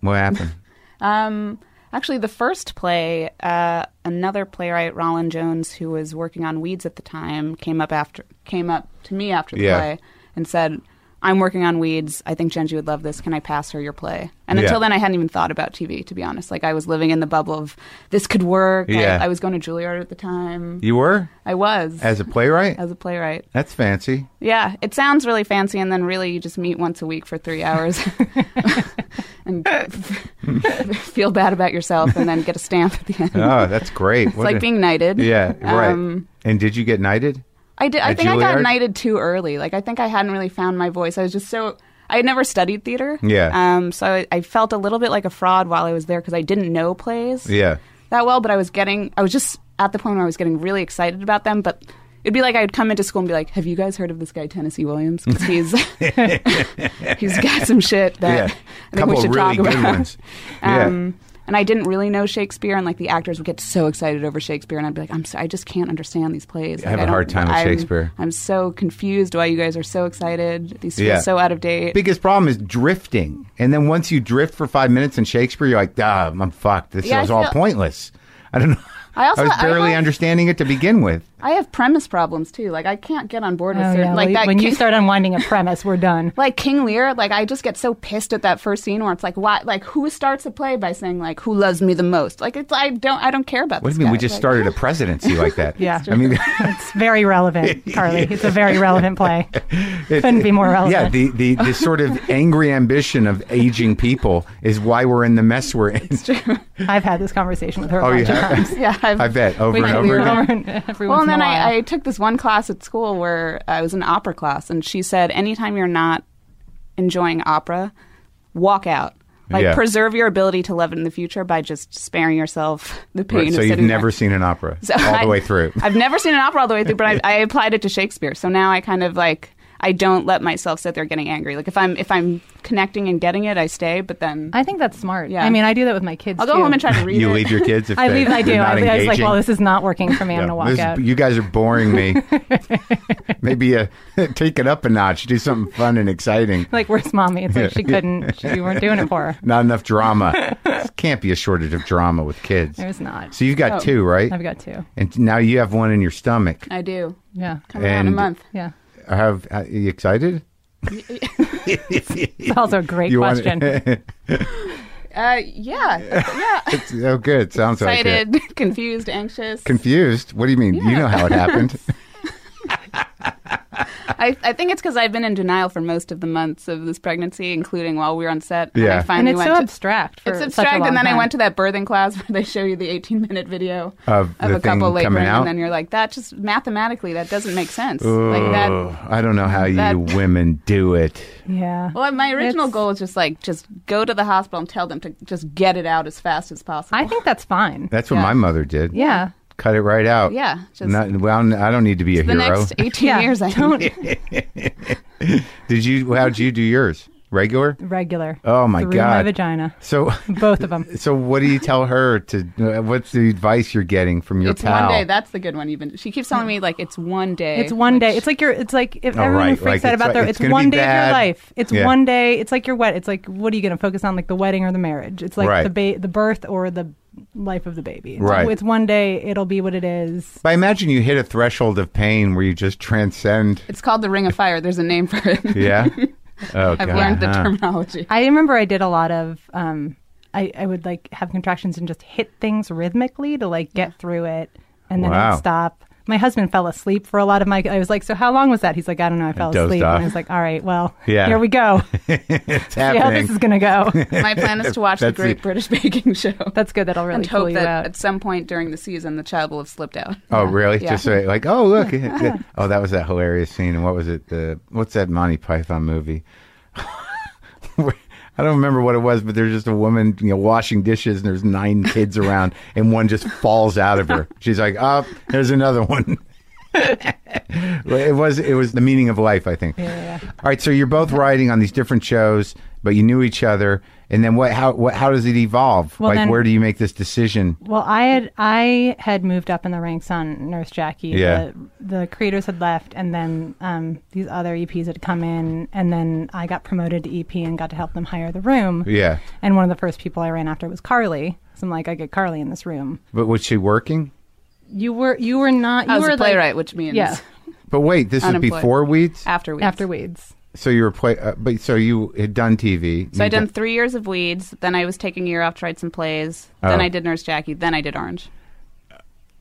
A: what
F: [laughs]
A: happened?
F: Um, actually, the first play, uh, another playwright, Roland Jones, who was working on Weeds at the time, came up after came up to me after the
A: Yeah.
F: play and said, "I'm working on Weeds. I think Genji would love this. Can I pass her your play?" And
A: Yeah.
F: until then, I hadn't even thought about TV, to be honest. Like I was living in the bubble of this could work.
A: Yeah.
F: I, I was going to Juilliard at the time.
A: You were
F: I was
A: as a playwright.
F: as a playwright.
A: That's fancy.
F: [laughs] Yeah, it sounds really fancy, and then really you just meet once a week for three
A: [laughs]
F: hours and [laughs] feel bad about yourself, and then get a stamp at the end.
A: Oh, that's great.
F: it's like being knighted.
A: yeah, right.
F: Um,
A: and did you get knighted?
F: I did. I
A: At
F: think I
A: Juilliard?
F: got knighted too early. Like I think I hadn't really found my voice. I was just so I had never studied theater.
A: Yeah.
F: Um. So I, I felt a little bit like a fraud while I was there because I didn't know plays
A: Yeah.
F: that well, but I was getting, I was just at the point where I was getting really excited about them, but it'd be like I would come into school and be like, have you guys heard of this guy, Tennessee Williams? Because
A: [laughs]
F: he's, [laughs] he's got some shit that [laughs]
A: yeah.
F: I think
A: couple
F: we should
A: of really
F: talk
A: good
F: about.
A: ones.
F: [laughs]
A: Yeah.
F: Um, And I didn't really know Shakespeare, and like the actors would get so excited over Shakespeare, and I'd be like, "I'm, so, I just can't understand these plays.
A: I have
F: Like,
A: a
F: don't-
A: hard time with
F: I'm-
A: Shakespeare.
F: I'm so confused why you guys are so excited. These feel
A: Yeah.
F: so out of date.
A: Biggest problem is drifting, and then once you drift for five minutes in Shakespeare, you're like, ah, I'm fucked. This
F: Yeah, I
A: is all
F: feel-
A: pointless. [laughs] I don't know.
F: I also-
A: was
F: I
A: barely
F: have-
A: understanding it to begin with.
F: I have premise problems too. Like I can't get on board
G: Oh,
F: with certain
G: yeah.
F: like
G: Well,
F: that.
G: when you
F: King-
G: start unwinding a premise, we're done.
F: like King Lear, like I just get so pissed at that first scene where it's like, why? Like who starts a play by saying like, "Who loves me the most?" Like it's I don't I don't care about.
A: What do you
F: this
A: mean?
F: guy.
A: We just
F: Like,
A: started a presidency like that.
G: Yeah.
A: I mean.
G: It's very
A: [laughs]
G: relevant, Carly. It's a very relevant play.
A: It-
G: Couldn't be more relevant.
A: Yeah, the, the, the sort of angry ambition of aging people is why we're in the mess we're in.
G: I've had this conversation with her a
A: Oh, you
G: bunch of
A: have? [laughs]
G: times.
F: [laughs] Yeah, I've,
A: I bet over
F: We-
A: and
F: we
A: over
F: were-
A: again.
G: Every
F: Well,
G: once
F: and
G: in
F: then
G: a while.
F: I, I took this one class at school where I was an opera class, and she said, anytime you're not enjoying opera, walk out. Like
A: Yeah.
F: preserve your ability to love it in the future by just sparing yourself the pain.
A: Right,
F: of
A: so you've
F: sitting
A: never
F: there.
A: seen an opera
F: So
A: all
F: I-
A: the way through. [laughs]
F: I've never seen an opera all the way through, but I, I applied it to Shakespeare. So now I kind of like I don't let myself sit there getting angry. Like if I'm if I'm connecting and getting it, I stay. But then
G: I think that's smart.
F: Yeah.
G: I mean, I do that with my kids.
F: I'll go
G: too.
F: home and try to read
A: You
F: it.
A: leave your kids if
G: I
A: they-
G: leave. I
A: they're
G: do.
A: not
G: I, I was like,
A: engaging?
G: well, this is not working for me. I'm
A: Yeah,
G: gonna walk
A: this-
G: out.
A: You guys are boring
F: [laughs]
A: me. Maybe uh, [laughs] take it up a notch. Do something fun and exciting.
G: [laughs] like, where's mommy? It's like
A: [laughs]
G: she couldn't. She, we weren't doing it for her.
A: Not enough drama.
F: [laughs]
A: There can't be a shortage of drama with kids.
G: There's not.
A: So you've got
F: Oh.
A: two, right?
G: I've got two.
A: and now you have one in your stomach.
F: I do.
G: Yeah.
F: Coming out in a
A: And-
F: month.
G: Yeah.
A: Have are you excited?
G: It's also a great
A: You want- [laughs]
G: question.
F: Uh, yeah, yeah.
A: Oh, good. Sounds like it.
F: Excited, [laughs] confused, anxious.
A: Confused? What do you mean? You know how it happened.
F: I, I think it's because I've been in denial for most of the months of this pregnancy, including while we were on set. And I
A: Yeah.
G: and
F: finally
G: it's
F: went
G: so
F: to-
G: abstract. For
F: it's
G: such a
F: abstract,
G: long
F: and then I
G: time.
F: went to that birthing class [laughs] where they show you the 18 minute video
A: Of the
F: a
A: thing
F: couple laboring,
A: coming out?
F: and then you're like, that just mathematically that doesn't make sense.
A: Oh,
F: Like [laughs] that.
A: I don't know how
F: that-
A: you women do it.
G: Yeah.
F: Well, my original
G: It's-
F: goal was just like just go to the hospital and tell them to just get it out as fast as possible.
G: I think that's fine.
A: That's what
F: Yeah.
A: my mother did. [laughs]
G: Yeah.
A: Cut it right out.
F: Yeah, just-
A: Not- well, I don't need to be a
F: the
A: hero.
F: next 18
G: Yeah,
F: years, I
G: don't
A: Did you? How'd you do yours? Regular?
G: regular.
A: Oh my
G: Through
A: god!
G: my vagina.
A: So,
G: Both [laughs] of them.
A: so what do you tell her to? uh, What's the advice you're getting from your
F: it's
A: pal?
F: one day. That's the good one. Even she keeps telling me like it's one day.
G: It's one day.
F: which-
G: It's like your. It's like if
A: Oh,
G: everyone
A: right, like
G: freaks out
A: it's
G: about
A: like-
G: their.
A: it's
G: It's,
A: gonna be
G: one day of
A: bad.
G: your life. It's
A: Yeah.
G: one day. It's like your wet. It's like what are you going to focus on, like the wedding or the marriage? It's like
A: Right.
G: the ba- the birth or the life of the baby. It's,
A: Right.
G: It's one day. It'll be what it is.
A: But I imagine you hit a threshold of pain where you just transcend.
F: It's called the Ring of Fire. There's a name for it.
A: [laughs]
F: [laughs]
A: Yeah. Oh,
F: I've
A: God.
F: learned the
A: Huh.
F: terminology.
G: I remember I did a lot of. um I, I would like have contractions and just hit things rhythmically to like get through it, and then
A: Wow.
G: I'd stop. My husband fell asleep for a lot of my. I was like, "So how long was that?" He's like, "I don't know. I fell
A: dozed
G: asleep."
A: off.
G: And I was like, "All right, well,
A: Yeah.
G: here
A: [laughs]
G: we go.
A: [laughs] It's
G: See how
A: happening.
G: this is gonna go."
A: [laughs]
F: My plan is to watch the
A: That's
F: Great
A: it.
F: British [laughs] Baking Show
G: That's good. That'll really
F: and
G: cool
F: hope
G: you
F: that
G: out.
F: at some point during the season the child will have slipped out.
A: oh, really?
F: Yeah.
A: Just so, like, oh, look. oh, that was that hilarious scene. And what was it? The what's that Monty Python movie? [laughs] I don't remember what it was, but there's just a woman, you know, washing dishes, and there's nine kids around, and one just falls out of her. She's like, "Up, oh, there's another one." [laughs] Well, it was it was the meaning of life, I think. All right, so you're both writing on these different shows, but you knew each other, and then what? How what? How does it evolve?
G: Well,
A: like,
G: then-
A: where do you make this decision?
G: Well, I had I had moved up in the ranks on Nurse Jackie.
A: Yeah.
G: The, the creators had left, and then um, these other EPs had come in, and then I got promoted to EP and got to help them hire the room.
A: Yeah,
G: And one of the first people I ran after was Carly. So I'm like, I get Carly in this room.
A: but was she working?
G: You were you were not. You
F: I was
G: were
F: a playwright,
G: Like,
F: which means
G: yeah.
A: But wait, this is
F: Unemployed.
A: before Weeds.
F: after weeds.
G: After Weeds.
A: So you were play, uh, but so you had done TV.
F: So I
A: You'd
F: done
A: done-
F: three years of weeds. Then I was taking a year off to write some plays.
A: Oh.
F: Then I did Nurse Jackie. Then I did Orange.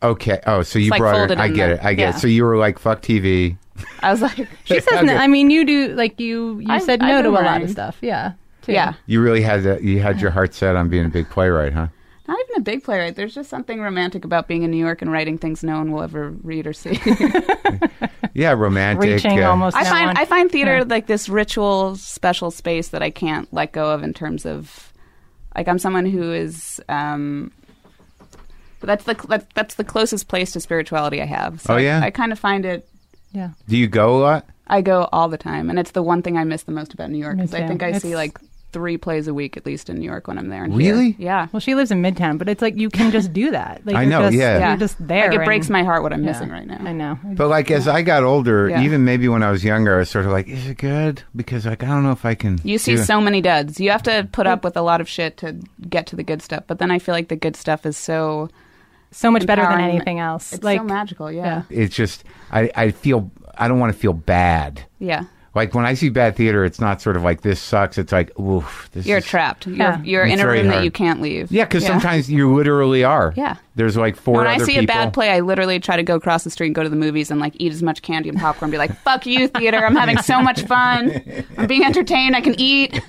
A: okay. Oh, so you
F: like
A: brought her.
F: folded
A: I
F: in
A: get
F: the-
A: it. I get
F: yeah.
A: it. So you were like, fuck TV.
F: I was [laughs] like,
G: She says, no,
A: Okay.
G: I mean, you do like you you
F: I've-
G: said
F: I've
G: no to
F: been
G: a lot
F: running.
G: of stuff. Yeah. too.
F: yeah,
A: You really had a, you had your heart set on being a big playwright, huh?
F: not even a big playwright. There's just something romantic about being in New York and writing things no one will ever read or [laughs] see.
A: Yeah, romantic.
G: Reaching
A: uh,
G: almost.
F: I
G: now
F: find
G: on-
F: I find theater
G: Yeah.
F: like this ritual special space that I can't let go of in terms of like I'm someone who is um that's the that, that's the closest place to spirituality I have. So
A: Oh, yeah?
F: I, kind of find it
G: Yeah.
A: Do you go a lot?
F: I go all the time and it's the one thing I miss the most about New York
G: Me
F: cuz I
G: too.
F: think I see
G: It's-
F: like 3 plays a week at least in New York when I'm there. and
A: Really?
F: Here. Yeah.
G: Well, she lives in Midtown, but it's like you can just do that. Like,
A: I
G: you're
A: know,
G: just-
A: yeah.
G: You're
F: Yeah.
G: just there.
F: Like it
G: and-
F: breaks my heart what I'm
G: Yeah.
F: missing right now.
G: I know.
A: But like as I got older,
F: Yeah.
A: even maybe when I was younger, I was sort of like, is it good? Because like I don't know if I can.
F: You see
A: do it.
F: so many duds. You have to put up with a lot of shit to get to the good stuff. But then I feel like the good stuff is so
G: So much better than
F: empowering.
G: anything else.
F: It's
G: like,
F: so magical, yeah.
A: It's just I I feel I don't want to feel bad.
F: Yeah.
A: Like when I see bad theater, it's not sort of like this sucks. It's like oof, this
F: You're
A: is
F: trapped. You're,
G: Yeah.
F: you're in
A: It's
F: a
A: very
F: room
A: hard.
F: that you can't leave.
A: Yeah, because sometimes you literally are.
F: Yeah.
A: There's like four
F: When I
A: other
F: see
A: people.
F: a bad play, I literally try to go across the street and go to the movies and like eat as much candy and popcorn. Be like, "Fuck you, theater! I'm having so much fun. I'm being entertained. I can eat."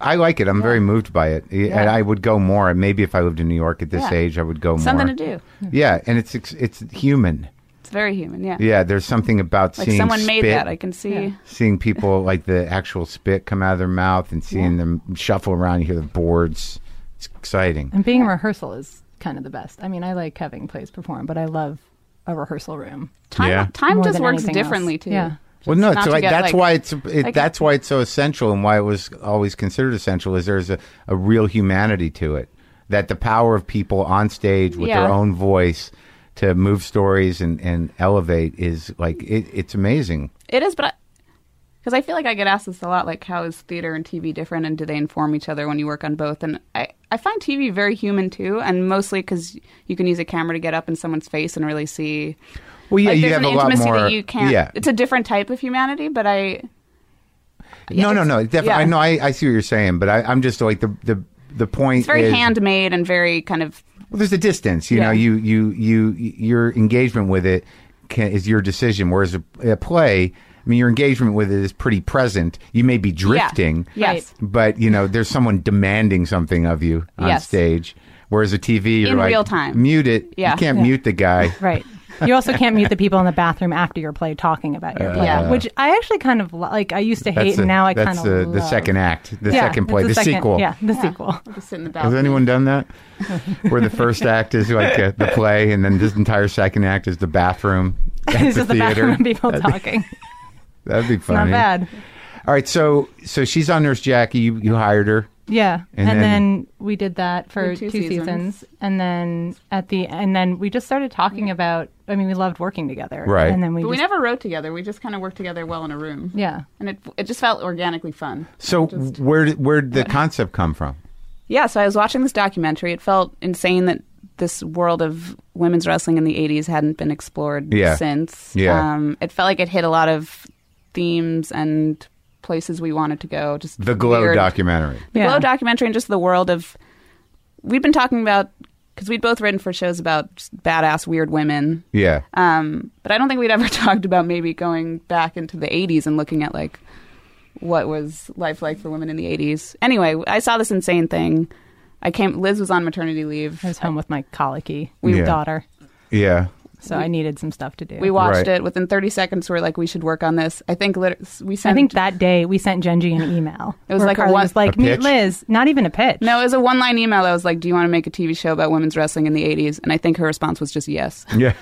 A: I like it. I'm very moved by it. I- And I would go more. Maybe if I lived in New York at this
F: Yeah.
A: age, I would go
F: Something
A: more.
F: to do.
A: Yeah, and it's ex- it's human.
F: It's very human. Yeah.
A: Yeah, there's something about
F: Like
A: seeing
F: someone made
A: spit-
F: that. I can see.
A: seeing people like the actual spit come out of their mouth and seeing them shuffle around. You hear the boards. It's exciting.
G: and being in rehearsal is kind of the best. I mean, I like having plays perform, but I love a rehearsal room.
F: Time
A: Yeah.
F: time
G: more
F: just
G: than
F: works
G: anything else.
F: differently too.
G: Yeah.
A: Well, no,
F: not
A: it's
F: to
A: like,
F: get,
A: that's
F: like-
A: why it's it,
F: like-
A: that's why it's so essential and why it was always considered essential is there's a, a real humanity to it that the power of people on stage with
F: Yeah.
A: their own voice to move stories and, and elevate is like it, it's amazing.
F: It is, but because I, feel like I get asked this a lot, like how is theater and TV different, and do they inform each other when you work on both? And I, I find TV very human too, and mostly because you can use a camera to get up in someone's face and really see.
A: Well, yeah,
F: like,
A: you
F: there's
A: have
F: an
A: a lot
F: intimacy
A: more.
F: that you can't.
A: Yeah,
F: It's a different type of humanity, but I.
A: no, no,
F: it's-
A: no. Definitely,
F: yeah.
A: I know. I, I see what you're saying, but I, I'm just like the the the point.
F: It's very
A: is,
F: handmade and very kind of
A: Well, there's a distance, you know.
F: Yeah.
A: You you you your engagement with it can, is your decision. Whereas a, a play, I mean, your engagement with it is pretty present. You may be drifting,
F: Yeah. Yes.
A: but you know, there's someone demanding something of you on
F: Yes.
A: stage. Whereas a TV, you're
F: In
A: like
F: real time.
A: mute it.
F: Yeah.
A: you can't mute the guy.
G: Right. You also can't mute the people in the bathroom after your play talking about your play,
F: Yeah.
G: which I actually kind of li- like. I used to hate,
A: That's
G: and
A: the-
G: now I kind
A: that's
G: of
A: the,
G: love.
A: the second act, the
G: Yeah,
A: second
G: it's
A: play, the,
G: second-
A: sequel.
G: Yeah, the sequel.
F: just sit in the
A: Has
F: balcony.
A: anyone done that? Where the first act is like uh, the play, and then this entire second act is the bathroom at
G: [laughs] It's
A: the
G: just the
A: theater.
G: bathroom people talking.
A: That'd be funny.
G: Not bad.
A: All right, so so she's on Nurse Jackie. You you hired her.
G: Yeah.
A: And
G: And,
A: then-
G: then, we did that for
F: two
G: two,
F: seasons.
G: seasons. and then at the and then we just started talking about. I mean, we loved working together,
A: Right.
G: And then we,
F: But we
G: just-
F: never wrote together. We just kind of worked together well in a room.
G: yeah.
F: And it, it just felt organically fun.
A: So where did- where did the concept come from?
F: Yeah, so I was watching this documentary. It felt insane that this world of women's wrestling in the 80s hadn't been explored
A: Yeah.
F: since.
A: Yeah.
F: Um, it felt like it hit a lot of themes and places we wanted to go. Just
A: The Glow
F: weird-
A: documentary.
F: The
G: Yeah.
F: Glow documentary and just the world of. We'd been talking about. Because we'd both written for shows about just badass, weird women.
A: Yeah.
F: Um, but I don't think we'd ever [laughs] talked about maybe going back into the 80s and looking at like what was life like for women in the 80s. Anyway, I saw this insane thing. I came. Liz was on maternity leave.
G: I was home with my colicky
A: Yeah.
G: daughter,
A: Yeah.
G: so I needed some stuff to do.
F: We watched
A: Right.
F: it within 30 seconds. We were like, we should work on this. I think lit- we
G: I
F: sent.
G: think that day we sent Genji an email.
F: It was
G: where
F: like a
G: Carly
F: one-
G: was like,
A: A pitch?
G: "Meet Liz." Not even a pitch.
F: no, it was a one-line email. that was like, "Do you want to make a TV show about women's wrestling in the '80s?" And I think her response was just yes.
A: Yeah.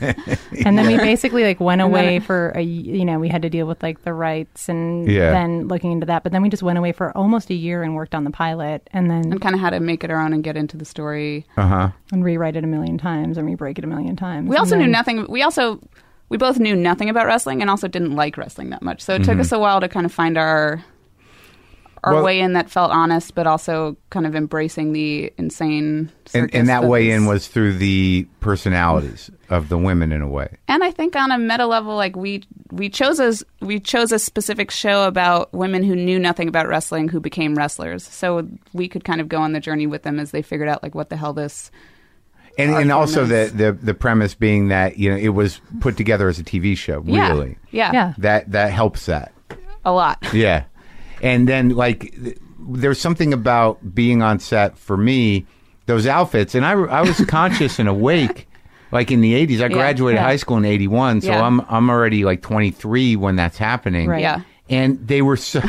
G: and then we basically
F: [laughs]
G: like went
F: then
G: away for a y- you know we had to deal with like the rights and
A: Yeah.
G: then looking into that but then we just went away for almost a year and worked on the pilot and then
F: And kind of how to make it our own and get into the story.
A: Uh huh.
G: and rewrite it a million times and re-break it a million times
F: We
G: And
F: also knew
G: then-
F: nothing. We also we both knew nothing about wrestling and also didn't like wrestling that much. So it took us a while to kind of find our our
A: Mm-hmm. Well-
F: way in that felt honest, but also kind of embracing the insane.
A: And
F: circus
A: and that way in
F: is-
A: was through the personalities of the women in a way.
F: And I think on a meta level, like we we chose a we chose a specific show about women who knew nothing about wrestling who became wrestlers, so we could kind of go on the journey with them as they figured out like what the hell this.
A: And
F: Our
A: and also the,
F: premise.
A: the the premise being that you know it was put together as a TV show. Really.
F: Yeah, yeah,
G: Yeah.
A: That that helps that.
F: a lot.
A: Yeah. And then like th- there's something about being on set for me those outfits and I I
G: [laughs]
A: was conscious and awake like in the 80s. I graduated
G: yeah.
A: high school in 81, so
F: Yeah.
A: I'm I'm already like 23 when that's happening.
G: Right.
F: Yeah.
A: And they were so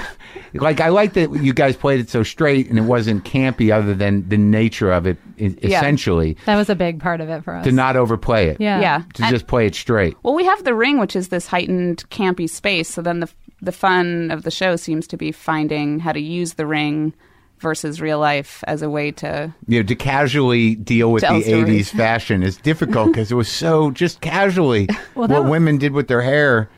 A: like I like that you guys played it so straight and it wasn't campy other than the nature of it e-
F: Yeah.
A: essentially
G: that was a big part of it for us
A: to not overplay it.
G: yeah
F: Yeah.
A: To just play it straight.
F: Well, we have the ring, which is this heightened, campy space. So then the the fun of the show seems to be finding how to use the ring versus real life as a way to.
A: you know, to casually deal with
F: Tell
A: the
F: stories.
A: 80s fashion is difficult because it was so just
G: [laughs]
A: casually
G: that
A: what
G: wa-
A: women did with their hair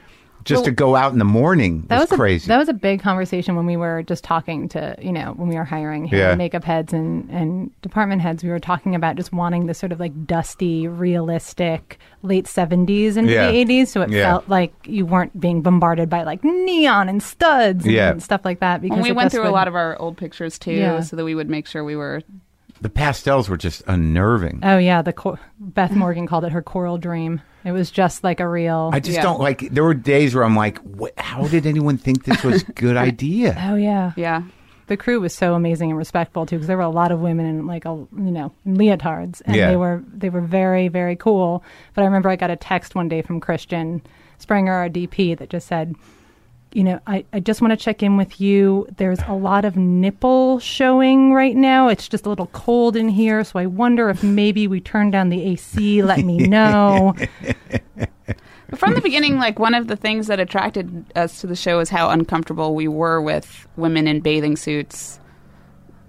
A: just to go out in the morning
G: that
A: was,
G: was a,
A: crazy.
G: That was a big conversation when we were just talking to you know when we were hiring hair
A: Yeah.
G: and makeup heads and and department heads. We were talking about just wanting this sort of like dusty, realistic late seventies into
A: Yeah.
G: the eighties, so it
A: Yeah.
G: felt like you weren't being bombarded by like neon and studs and
A: Yeah.
G: stuff like that. Because
F: And we
G: it
F: went
G: just
F: through a
G: would-
F: lot of our old pictures too,
G: Yeah.
F: so that we would make sure we were.
A: the pastels were just unnerving.
G: Oh yeah, the cor- Beth Morgan called it her coral dream. It was just like a real.
A: I just
F: Yeah.
A: don't like. There were days where I'm like, what, "How did anyone think this was a
G: [laughs]
A: good idea?"
G: Oh yeah,
F: Yeah,
G: the crew was so amazing and respectful too because there were a lot of women in like a you know in leotards and
A: Yeah.
G: they were they were very very cool but i remember i got a text one day from christian springer our dp that just said you know i, I just want to check in with you there's a lot of nipple showing right now it's just a little cold in here so i wonder if maybe we turn down the ac let me know
F: From the beginning, like one of the things that attracted us to the show is how uncomfortable we were with women in bathing suits,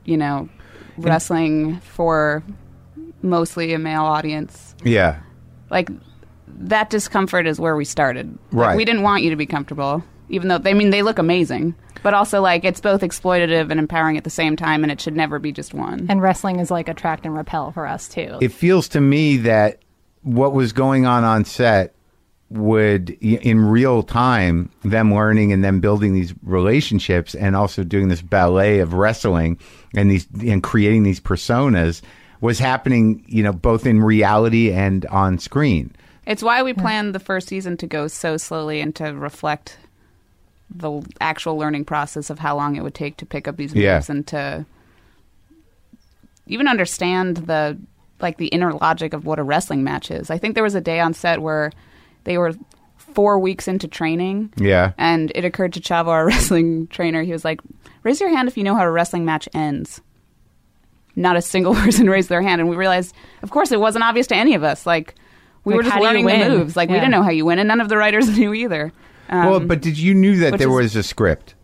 F: you know, wrestling for mostly a male audience.
A: Yeah.
F: Like that discomfort is where we started. Like,
A: Right.
F: we didn't want you to be comfortable, even though they I mean they look amazing, but also like it's both exploitative and empowering at the same time, and it should never be just one.
G: And wrestling is like attract and repel for us too.
A: It feels to me that what was going on on set would, i- in real time, them learning and them building these relationships and also doing this ballet of wrestling and these and creating these personas was happening, you know, both in reality and on screen.
F: It's why we planned the first season to go so slowly and to reflect the actual learning process of how long it would take to pick up these moves
A: Yeah.
F: and to even understand the like the inner logic of what a wrestling match is. I think there was a day on set where they were four weeks into training.
A: Yeah.
F: And it occurred to Chavo, our [laughs] wrestling trainer, he was like, Raise your hand if you know how a wrestling match ends. Not a single [laughs] person raised their hand. And we realized, of course, it wasn't obvious to any of us. Like, we
G: Like,
F: were just
G: how do you
F: learning the
G: win?
F: moves. Like, we
G: Yeah.
F: didn't know how you win, and none of the writers [laughs] knew either. Um,
A: well, but did you knew that
F: which
A: there
F: is-
A: was a script?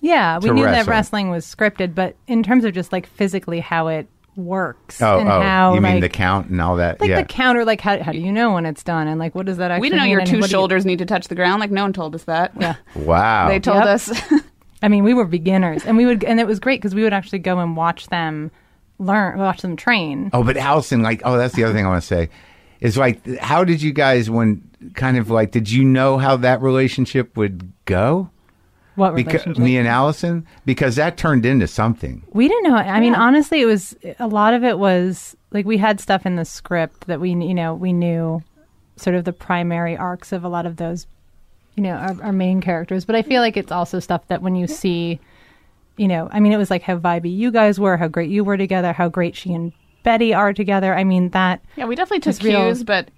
G: Yeah, we
A: to
G: knew that
A: wrestle.
G: wrestling was scripted, but in terms of just like physically how it works
A: Oh,
G: and
A: oh,
G: how
A: you mean
G: like,
A: the count and all that?
G: like
A: yeah.
G: the counter, like how, how do you know when it's done and like what does that actually
F: we didn't know
G: mean
F: your
G: and
F: two
G: what do you-
F: shoulders need to touch the ground. Like, no one told us that.
G: Yeah.
A: wow.
F: [laughs] They told
G: Yep.
F: us. [laughs]
G: I mean, we were beginners, and we would, and it was great because we would actually go and watch them learn, watch them train.
A: Oh, but Allison, like, oh, that's the other thing I want to say. Is like, how did you guys, when kind of like, did you know how that relationship would go?
G: What
A: Because
G: relationship?
A: me and Allison, because that turned into something.
G: we didn't know. I mean, honestly, it was a lot of it was like we had stuff in the script that we, you know, we knew sort of the primary arcs of a lot of those, you know, our, our main characters. But I feel like it's also stuff that when you see, you know, I mean, it was like how vibey you guys were, how great you were together, how great she and Betty are together. I mean, that
F: yeah, we definitely took
G: It's real.
F: cues, but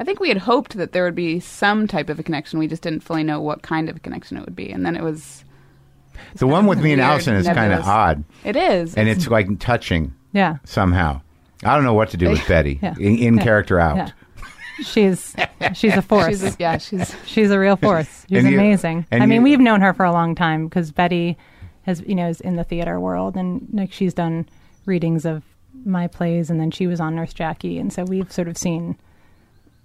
F: I think we had hoped that there would be some type of a connection. We just didn't fully know what kind of connection it would be. And then it was.
A: The one with me and
F: weird,
A: Allison is kind of
F: nebulous.
A: odd,
F: It is.
A: and it's like touching
G: yeah,
A: somehow. I don't know what to
G: [laughs]
A: do with Betty.
G: Yeah.
A: In, in
G: Yeah.
A: character out.
G: yeah. She's she's
F: [laughs]
G: a force.
F: She's a, yeah, she's
G: She's a real force. She's
A: And you-
G: amazing.
A: and
G: I mean,
A: you-
G: we've known her for a long time because Betty has, you know, is in the theater world and like she's done readings of my plays and then she was on Nurse Jackie. And so we've sort of seen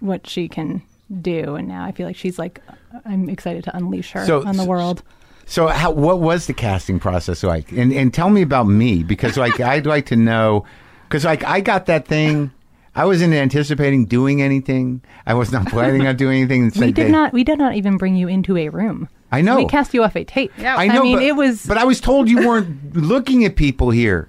G: what she can do. And now I feel like she's like, I'm excited to unleash her
A: So-
G: on the
A: so-
G: world.
A: So, how, what was the casting process like? And and tell me about me because like I'd like to know because like I got that thing. I wasn't anticipating doing anything. I was not planning on doing anything.
G: [laughs]
A: It's
G: We
A: like
G: did
A: they-
G: not, we did not even bring you into a room.
A: I know.
G: We cast you off a tape. Yeah.
A: I know.
G: mean,
A: but,
G: it was,
A: But I was told you weren't looking at people here.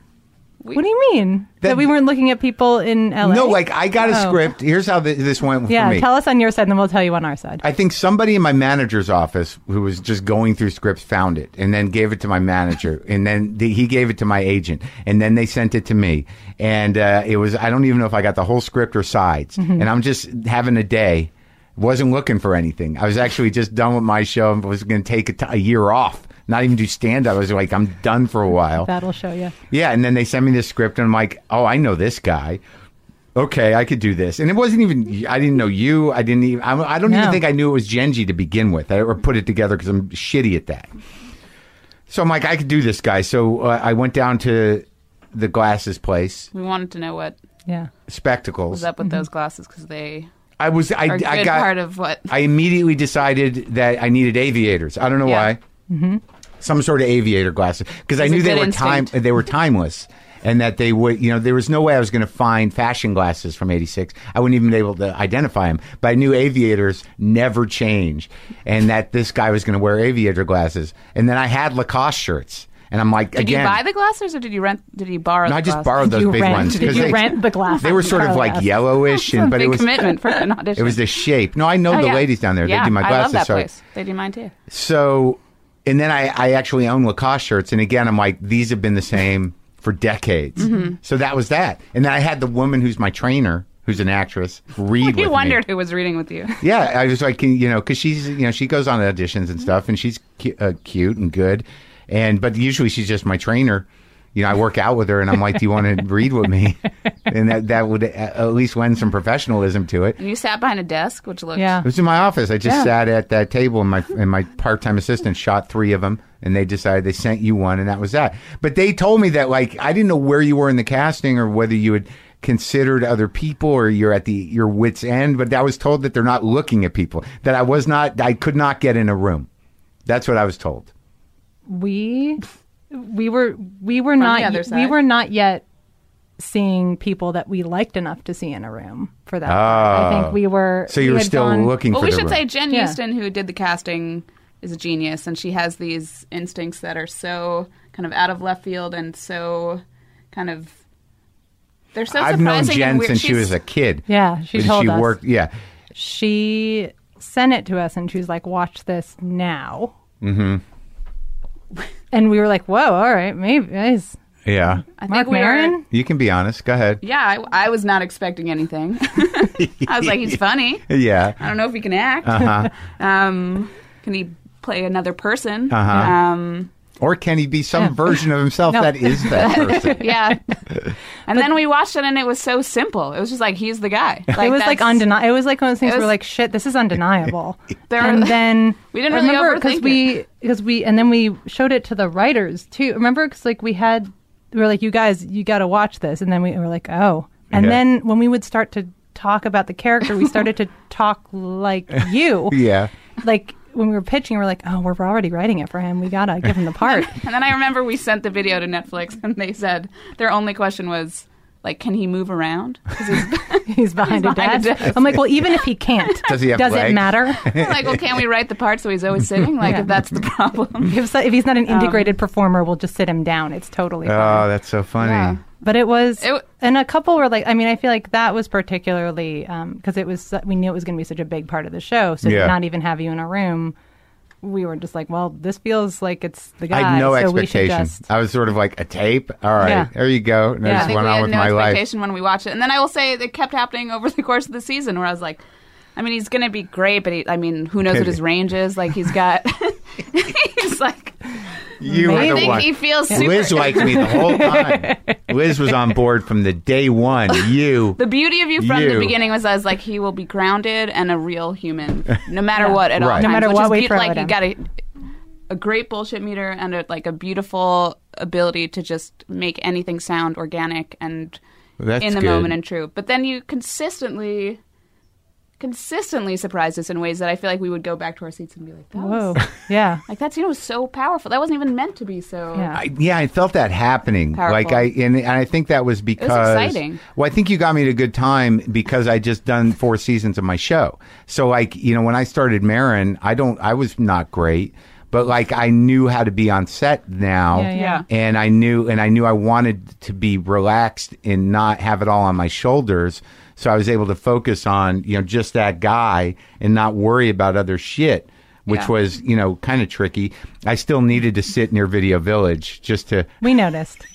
G: what do you mean? That,
A: That-
G: we weren't looking at people in LA?
A: No, like I got a
G: Oh.
A: script. Here's how th- this went
G: Yeah,
A: for me.
G: tell us on your side and then we'll tell you on our side.
A: I think somebody in my manager's office who was just going through scripts found it and then gave it to my manager and then the, he gave it to my agent and then they sent it to me and uh, it was I don't even know if I got the whole script or sides and I'm just having a day wasn't looking for anything I was actually just done with my show and was going to take a, t- a year off not even do stand up I was like I'm done for a while
G: That'll show you.
A: yeah, and then they sent me this script, and I'm like, oh, I know this guy. Okay, I could do this. And it wasn't even, I didn't know you. I didn't even, I, I don't even
G: No.
A: think I knew it was Genji to begin with. I or put it together because I'm shitty at that. So I'm like, I could do this guy. So uh, I went down to the glasses place,
F: We wanted to know what
G: Yeah.
A: spectacles.
F: was up with those glasses because they
A: I was, I,
F: are a good
A: I got,
F: part of what.
A: I immediately decided that I needed aviators. I don't know
F: Yeah.
A: why. Mm-hmm. Some sort of aviator glasses because I
F: It's a
A: knew they
F: good
A: were time
F: instinct.
A: they were timeless and that they would you know there was no way I was going to find fashion glasses from 86. I wouldn't even be able to identify them. But I knew aviators never change and that this guy was going to wear aviator glasses. And then I had Lacoste shirts and I'm like
F: Did
A: again
F: you buy the glasses or did you rent? Did you borrow?
A: no,
F: the
A: I just
F: glasses?
A: borrowed those
G: you
A: big
G: rent,
A: ones
G: Did you
A: they,
G: rent the glasses?
A: they were sort of like
F: [laughs]
A: yellowish
F: It's a
A: and but
F: big
A: it was
F: Oh, commitment for an
A: [laughs]
F: audition.
A: it was the shape. No, I know
F: Oh,
A: the
F: yeah.
A: ladies down there.
F: Yeah,
A: they do my
F: I
A: glasses.
F: love that
A: so
F: place. They do mine too.
A: So, and then I, I actually own Lacoste shirts. And again, I'm like, these have been the same for decades.
F: Mm-hmm.
A: So that was that. And then I had the woman who's my trainer, who's an
F: [laughs]
A: actress, read with
F: You wondered
A: me.
F: who was reading with you.
A: Yeah, I was like, you know, because she's, you know, she goes on auditions and stuff, and she's cu- uh, cute and good,
F: [laughs]
A: and but usually she's just my trainer. You know, I work out with her, and I'm like, "Do you want to read with me?" and that that would a- at least lend some professionalism to it.
F: And you sat behind a desk, which looked
G: Yeah.
A: It was in my office. I just
F: Yeah.
A: sat at that table, and my and my part time assistant shot three of them, and they decided they sent you one, and that was that. But they told me that like I didn't know where you were in the casting or whether you had considered other people or you're at the your wits end. But I was told that they're not looking at people. That I was not. I could not get in a room. That's what I was told.
G: we we were we were
F: the
G: not
F: other
G: we
F: side.
G: were not yet seeing people that we liked enough to see in a room for that. part. I
A: Oh.
G: think we were.
A: So
G: we
A: you were
G: had
A: still
G: gone-
A: looking.
F: Well,
A: for
F: we
A: the
F: should
A: room.
F: say Jen
G: Yeah.
F: Houston, who did the casting, is a genius, and she has these instincts that are so kind of out of left field and so kind of they're so
A: I've
F: surprising.
A: known
F: and
A: Jen
F: weird.
A: since she
F: She's-
A: was a kid.
G: Yeah, she
A: And
G: told
A: she
G: us.
A: worked. Yeah,
G: She sent it to us, and she was like, "Watch this now." Mm-hmm. And we were like, "Whoa, all right, maybe guys."
A: yeah.
F: I
G: Mark
F: think we
G: Maron.
F: Were,
A: You can be honest. Go ahead.
F: yeah, I, I was not expecting anything. [laughs] I was
A: [laughs]
F: like, he's funny.
A: Yeah.
F: I don't know if he can act. [laughs] um, can he play another person?
A: Uh-huh.
F: Um,
A: Or can he be some version of himself that is
F: [laughs]
A: that person?
G: [laughs]
F: yeah. and then we watched it, and it was so simple. It was just like he's the guy.
G: [laughs] it was like
F: that's-
G: undeniable. It was like one of those things
F: It
G: where
F: was-
G: like, shit, this is undeniable.
F: [laughs] There-
G: and then
F: We didn't really
G: remember
F: overthink
G: because
F: it.
G: we because we and then we showed it to the writers too. Remember because like we had we were like, you guys, you got to watch this, and then we were like, oh. And
A: Yeah.
G: then when we would start to talk about the character, we started
A: [laughs]
G: to talk like you.
A: Yeah.
G: Like when we were pitching, we were like, oh, we're already writing it for him. We gotta give him the part.
F: [laughs] And then I remember we sent the video to Netflix, [laughs] and they said their only question was like, "Can he move around?" 'Cause he's
G: He's behind,
F: behind
G: a
F: a
G: desk. I'm like, well, even if he can't,
A: [laughs] Does he have
G: does it
A: legs? [laughs]
G: matter?
F: like, "Well, can we write the part so he's always sitting?" Like, if that's the problem.
G: If, so, if he's not an
F: Um,
G: integrated performer, we'll just sit him down. It's totally fine.
A: Oh, that's so funny.
F: Yeah.
G: But it was,
F: It w-
G: and a couple were like, I mean, I feel like that was particularly because it was su- we knew it was going to be such a big part of the show, so
A: Yeah.
G: to not even have you in a room, we were just like, well, this feels like it's the guy.
A: I had no
G: so we should
A: expectation.
G: just
A: I was sort of like a tape. All right,
G: Yeah.
A: there you go. And I
G: Yeah.
A: just
F: I think
A: went
F: we
A: on
F: had
A: with
F: no
A: my life.
F: expectation when we watched it. And then I will say it kept happening over [laughs] the course of the season, where I was like, "I mean, he's going to be great, but he, I mean, who knows what his range is? Like, he's got." [laughs] he's like,
A: You
F: I
A: were the
F: think
A: one.
F: he feels super.
A: Liz liked me the
F: [laughs]
A: whole time. Liz was on board from the day one. You.
F: The beauty of you from
A: You.
F: the beginning was I was like, he will be grounded and a real human, no matter what at all
A: Right.
F: times.
A: No
G: matter
F: which
G: what
F: is
G: we
F: beaut-
G: throw
F: like,
G: at
F: you
G: him.
F: got a, a great bullshit meter and a, like a beautiful ability to just make anything sound organic and
A: That's
F: in the
A: good.
F: moment and true. But then you consistently, consistently surprise us in ways that I feel like we would go back to our seats and be like, that
G: whoa,
F: was
G: oh, yeah,
F: like that's you know so powerful. That wasn't even meant to be so.
G: yeah.
A: [laughs] I, yeah, I felt that happening.
F: Powerful.
A: Like I and, and I think that was because
F: exciting.
A: Well, I think you got me at a good time because I just done four seasons of my show. So like, you know, when I started Marin, I don't I was not great, but like I knew how to be on set now.
G: Yeah, yeah.
A: And I knew and I knew I wanted to be relaxed and not have it all on my shoulders. So I was able to focus on, you know, just that guy and not worry about other shit which
F: Yeah.
A: was you know kind of tricky. I still needed to sit near Video Village just to
G: We noticed.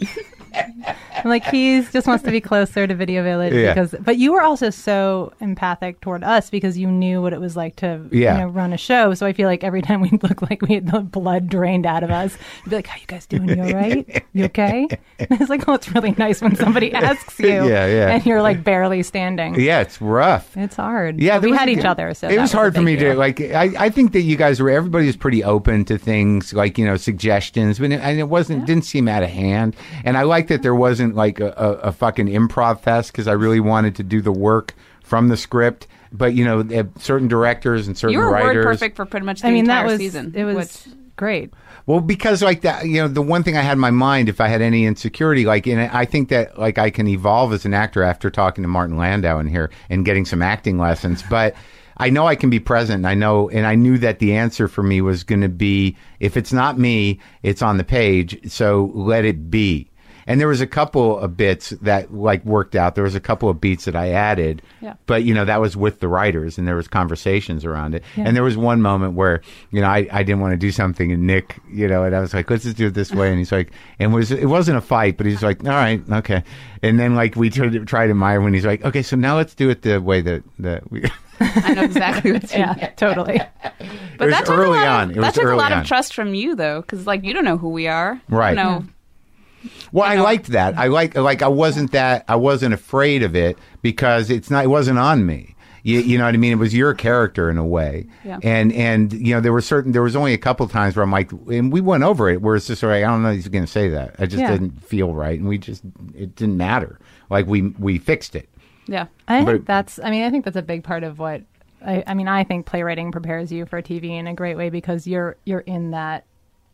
G: I'm like he's just wants to be closer to Video Village
A: Yeah.
G: because, but you were also so empathic toward us because you knew what it was like to
A: Yeah.
G: you know, run a show. So I feel like every time we look like we had the blood drained out of us, you'd be like, "How you guys doing? You all right?
A: [laughs]
G: You okay?" And it's like, "Oh, it's really nice when somebody asks you,
A: Yeah, yeah.
G: and you're like barely standing.
A: yeah, it's rough.
G: It's hard.
A: Yeah,
G: But
A: there
G: we
A: was
G: had
A: a
G: each
A: good-
G: other, so
A: it
G: that
A: was hard
G: a
A: for me
G: big
A: to
G: deal.
A: like. I, I think that you guys were everybody was pretty open to things like you know suggestions, but it, and it wasn't didn't seem out of hand. And I like that there wasn't like a, a, a fucking improv fest because I really wanted to do the work from the script. But you know, they have certain directors and certain
F: You were word
A: writers.
F: perfect for pretty much the
G: I mean,
F: entire
G: that was
F: season.
G: it was
F: which-
G: great.
A: Well, because like that, you know, the one thing I had in my mind, if I had any insecurity, like, and I think that like I can evolve as an actor after talking to Martin Landau in here and getting some acting lessons, but. I know I can be present. and I know, and I knew that the answer for me was going to be if it's not me, it's on the page. So let it be. And there was a couple of bits that like worked out. There was a couple of beats that I added,
F: Yeah.
A: but you know that was with the writers, and there was conversations around it. And there was one moment where you know I, I didn't want to do something, and Nick, you know, and I was like, let's just do it this way, and he's like, and was it wasn't a fight, but he's like, all right, okay. And then like we tried to try to admire when he's like, okay, so now let's do it the way that that we.
F: I know
G: [laughs]
F: exactly what you
G: Yeah, totally.
A: It was
F: that took a
A: early
F: lot of-
A: on. It
F: that
A: was
F: took
A: early
F: a lot
A: on.
F: of trust from you, though, because like you don't know who we are.
A: Right.
F: You don't know
A: Well, I liked that. I like like I wasn't that I wasn't afraid of it because it's not it wasn't on me. You, you know what I mean? It was your character in a way,
F: Yeah.
A: and and you know there were certain there was only a couple times where I'm like, and we went over it where it's just like I don't know if he's going to say that. I just
G: Yeah.
A: didn't feel right, and we just it didn't matter. Like we we fixed it.
F: Yeah.
G: I
A: But-
G: think that's. I mean, I think that's a big part of what. I, I mean, I think playwriting prepares you for TV in a great way because you're you're in that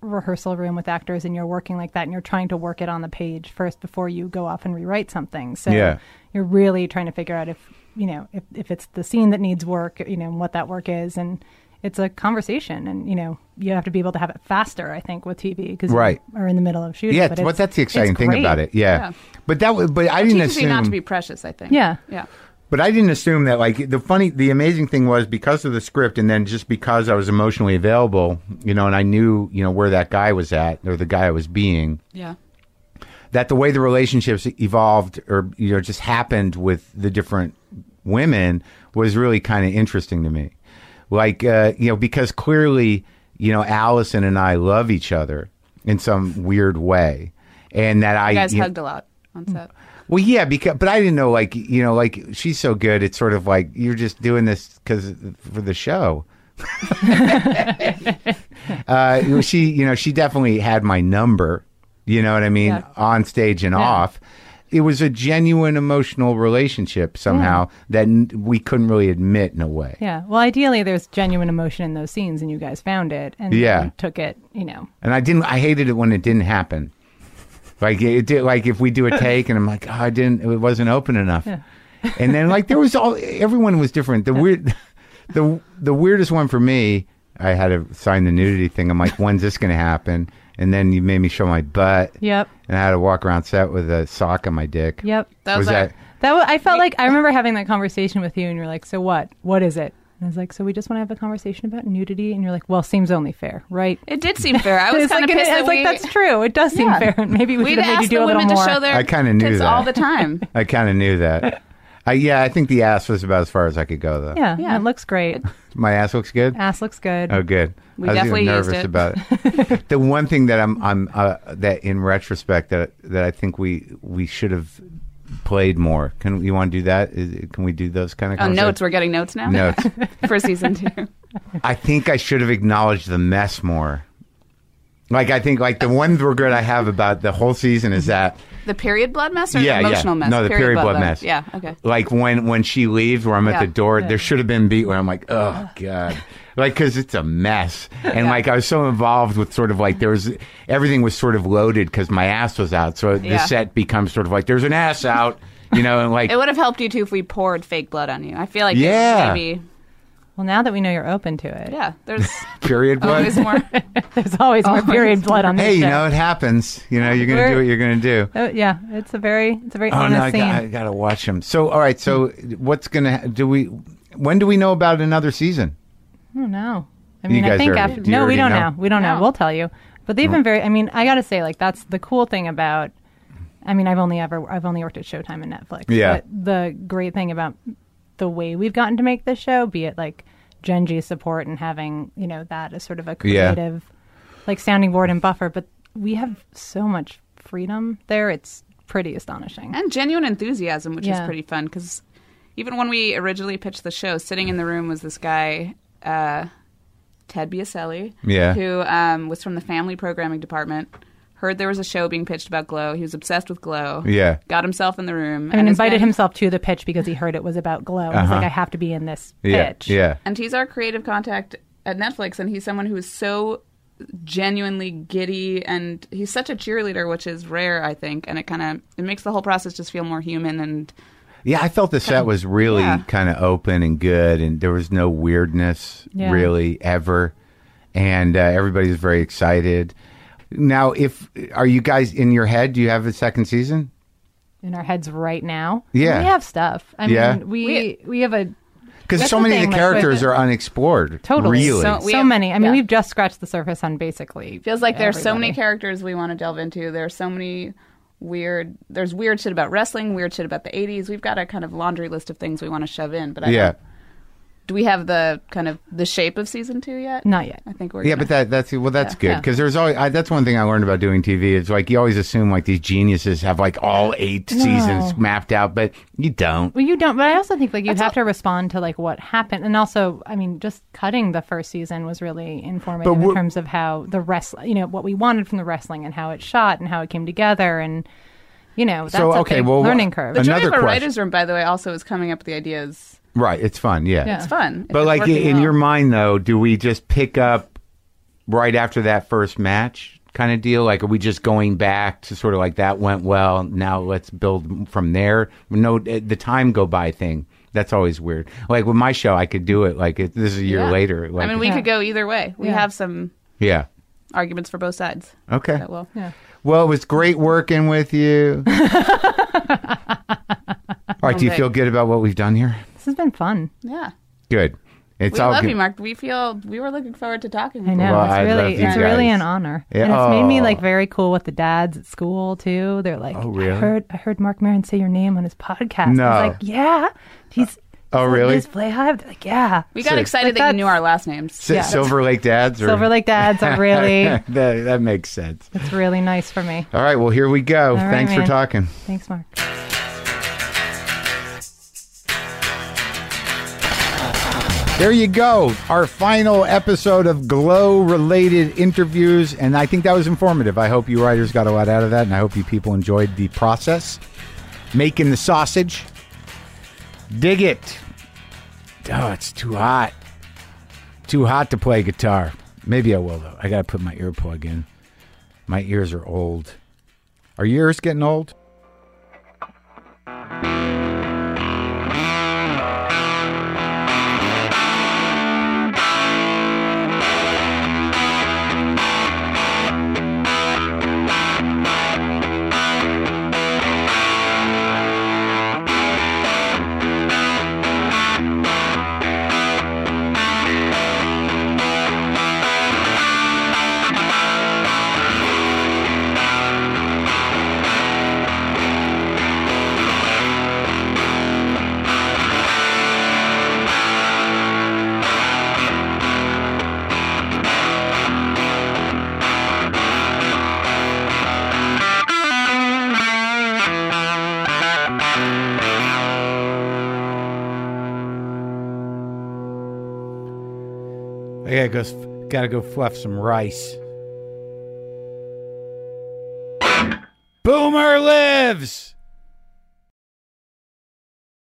G: rehearsal room with actors and you're working like that and you're trying to work it on the page first before you go off and rewrite something. So
A: Yeah.
G: you're really trying to figure out if you know if, if it's the scene that needs work, you know, and what that work is, and it's a conversation, and you know, you have to be able to have it faster. I think with TV because
A: Right.
G: you are in the middle of shooting.
A: yeah,
G: but
A: but,
G: it's-
A: that's the
G: it's
A: exciting thing
G: great.
A: about it. Yeah.
F: Yeah.
A: but that was but I
F: It
A: didn't
F: teaches you
A: assume
F: not to be precious, I think.
G: Yeah.
F: Yeah.
A: But I didn't assume that. Like the funny, the amazing thing was because of the script, and then just because I was emotionally available, you know, and I knew, you know, where that guy was at or the guy I was being.
F: Yeah.
A: That the way the relationships evolved, or you know, just happened with the different women was really kind of interesting to me. Like, uh, you know, because clearly, you know, Allison and I love each other in some weird way, and that I
F: You guys
A: you know-
F: hugged a lot on set.
A: well, yeah, because but I didn't know like you know like she's so good. It's sort of like you're just doing this because for the show. [laughs] uh, she, you know, she definitely had my number. You know what I mean?
F: Yeah.
A: On stage and off, it was a genuine emotional relationship somehow that n- we couldn't really admit in a way.
G: Yeah. Well, ideally, there's genuine emotion in those scenes, and you guys found it and
A: Yeah.
G: you took it. You know.
A: And I didn't. I hated it when it didn't happen. Like it did. Like if we do a take, and I'm like, oh, I didn't. It wasn't open enough. and then like there was all. Everyone was different. The weird, the the weirdest one for me. I had to sign the nudity thing. I'm like, when's this going to happen? And then you made me show my butt.
G: Yep.
A: And I had to walk around set with a sock on my dick.
G: Yep.
F: That was
A: was
F: our-
A: that?
G: That wa- I felt like I remember having that conversation with you, and you're like, "So what? What is it?" And I was like, "So we just want to have a conversation about nudity," and you're like, "Well, seems only fair, right?"
F: It did seem fair.
G: [laughs]
F: I was
G: It's
F: kind of
G: like,
F: pissed
G: I
F: that
G: was
F: we-
G: like, "That's true. It does seem
F: Yeah.
G: fair. And maybe
F: [laughs]
G: we
F: We'd
G: should have made you
F: ask
G: do
F: the
G: a little
F: women to
G: more."
F: show their
A: I kinda knew
F: tits
A: that.
F: all
A: [laughs]
F: the time.
A: I kind of knew
G: [laughs]
A: that. I, yeah, I think the ass was about as far as I could go, though.
G: yeah,
F: Yeah.
G: it
F: [laughs]
G: looks great.
A: My ass looks good.
G: Ass looks good.
A: Oh, good.
F: We
A: I was
F: definitely
A: even
F: used
A: nervous
F: it.
A: about
F: [laughs]
A: it. the one thing that I'm, I'm uh, that in retrospect that that I think we we should have played more. Can you want to do that? Is, can we do those kind of
F: Oh, notes.
A: conversations?
F: We're getting notes
A: [laughs]
F: now
A: Notes.
F: [laughs] for season two.
A: I think I should have acknowledged the mess more. Like I think like the one regret I have about the whole season is that
F: The period blood mess or
A: Yeah,
F: the
A: yeah.
F: emotional mess?
A: No, the period blood mess.
F: Yeah, okay.
A: like when when she leaves where i'm at
F: Yeah.
A: the door there should have been beat where i'm like oh god like because it's a
F: [laughs]
A: mess and like i was so involved with sort of like there was everything was sort of loaded because my ass was out so the
F: Yeah.
A: set becomes sort of like there's an ass out you know and like
F: [laughs] It would have helped you too if we poured fake blood on you. I feel like
A: Yeah.
F: yeah. maybe
G: Well, now that we know you're open to it,
F: yeah, there's
A: period blood
F: [laughs] always
A: [laughs]
F: more.
G: there's
F: [laughs]
G: always more period blood on this
A: hey you
G: show.
A: know it happens you know you're gonna
G: We're-
A: do what you're gonna do
G: Oh, yeah, it's a very, it's a very
A: oh
G: honest
A: no I,
G: scene.
A: got, I gotta watch him so all right so
F: Hmm.
A: what's gonna ha- do we when do we know about another season
G: I don't know. I
A: You
G: mean,
A: guys
G: I think
A: already-
G: after
A: do you
G: no,
A: already
G: we don't
A: know?
G: know. We don't know.
F: No.
G: We'll tell you. But they've been very. I mean, I gotta say, like that's the cool thing about. I mean, I've only ever I've only worked at Showtime and Netflix.
A: Yeah.
G: But the great thing about the way we've gotten to make this show, be it like Genji's support and having you know that as sort of a
A: Yeah.
G: creative, like sounding board and buffer, but we have so much freedom there. It's pretty astonishing.
F: and genuine enthusiasm, which is
G: Yeah.
F: pretty fun because even when we originally pitched the show, sitting in the room was this guy, uh, Ted Biaselli,
A: Yeah.
F: who um, was from the family programming department. Heard there was a show being pitched about Glow. He was obsessed with Glow.
A: Yeah.
F: got himself in the room
G: I mean,
F: has
G: invited
F: been-
G: himself to the pitch because he heard it was about glow. He's like, I have to be in this
A: Uh-huh. yeah
G: pitch.
A: yeah
F: and he's our creative contact at Netflix, and he's someone who is so genuinely giddy, and he's such a cheerleader, which is rare, I think, and it kind of it makes the whole process just feel more human. And
A: Yeah, I felt the set was really
F: Yeah.
A: kind of open and good, and there was no weirdness
G: Yeah.
A: really ever, and uh, everybody was very excited. Now, if are you guys in your head? Do you have a second season?
G: in our heads right now.
A: Yeah.
G: we have stuff. I
A: Yeah.
G: mean, we we have a
A: Because
G: That's
A: so
G: the
A: many of
G: thing,
A: the
G: like,
A: characters
G: with-
A: are unexplored.
G: totally
A: really.
G: so,
F: we
G: so
F: have-
G: many. I mean,
F: yeah.
G: we've just scratched the surface on basically.
F: feels like there's so many
G: everybody.
F: characters we want to delve into. There's so many weird. There's weird
G: uh,
F: shit about wrestling, weird shit about the '80s. We've got a kind of laundry list of things we want to shove in, but I
A: yeah.
F: don't- Do we have the kind of the shape of season two yet?
G: Not yet.
F: I think we're
A: Yeah,
F: gonna-
A: but that, that's well, that's
F: Yeah.
A: good because there's always I, that's one thing I learned about doing TV. It's like you always assume like these geniuses have like all eight seasons mapped out, but you don't.
G: Well, you don't, but I also think like you have to respond to like what happened, and also, I mean, just cutting the first season was really informative
A: But
G: in
A: what-
G: terms of how the wrest, you know, what we wanted from the wrestling and how it shot and how it came together, and you know, that's
A: So,
G: a
A: okay,
G: big
A: well,
G: learning curve.
F: the joy
A: another
F: of a
A: question.
F: writer's room, by the way, also is coming up with the ideas.
A: Right? It's fun, yeah.
G: Yeah.
F: It's fun. If
A: But
F: it's
A: like i-
F: working
A: in
F: well.
A: your mind though, do we just pick up right after that first match kind of deal? Like, are we just going back to sort of like that went well? Now let's build from there. No, eh, the time go by thing. That's always weird. Like with my show, I could do it. Like it, this is a year
F: Yeah.
A: later. Like,
F: I mean, we
G: Yeah.
F: could go either way. We have some
A: yeah.
F: arguments for both sides.
A: Okay.
F: That will.
G: Yeah.
A: Well, it was great working with
F: [laughs]
A: you. All right, do you
F: Okay.
A: feel good about what we've done here?
G: This has been fun.
F: Yeah.
A: Good. It's
F: We
A: all
F: love
A: good.
F: you, Mark. We feel we were looking forward to talking.
G: I
F: with
G: know
A: Well,
G: it's
A: I love
G: really,
A: you
G: it's really
A: guys.
G: an honor,
A: Yeah,
G: and it's made me
A: aw.
G: like very cool with the dads at school too. They're like,
A: Oh, really?
G: I heard, I heard Mark Maron say your name on his podcast.
A: No.
G: I was like, yeah, he's.
A: Oh,
G: he's
A: really?
G: Liz Playhive. They're like, yeah.
F: We got
A: Sick.
F: excited
G: Like
F: that you knew
G: that's-
F: our last names.
A: Si- Silver Lake Dads? Or...
G: Silver Lake dads are
A: [laughs]
G: really.
A: that, that makes sense.
G: It's really nice for me.
A: All right, well, here we go.
G: right,
A: Thanks for
G: man.
A: talking.
G: Thanks, Mark.
A: There you go. Our final episode of Glow related interviews. And I think that was informative. I hope you writers got a lot out of that. And I hope you people enjoyed the process. Making the sausage. Dig it. Oh, it's too hot. Too hot to play guitar. Maybe I will, though. I got to put my earplug in. My ears are old. Are your ears getting old? I gotta go, f- gotta go fluff some rice. Boomer lives!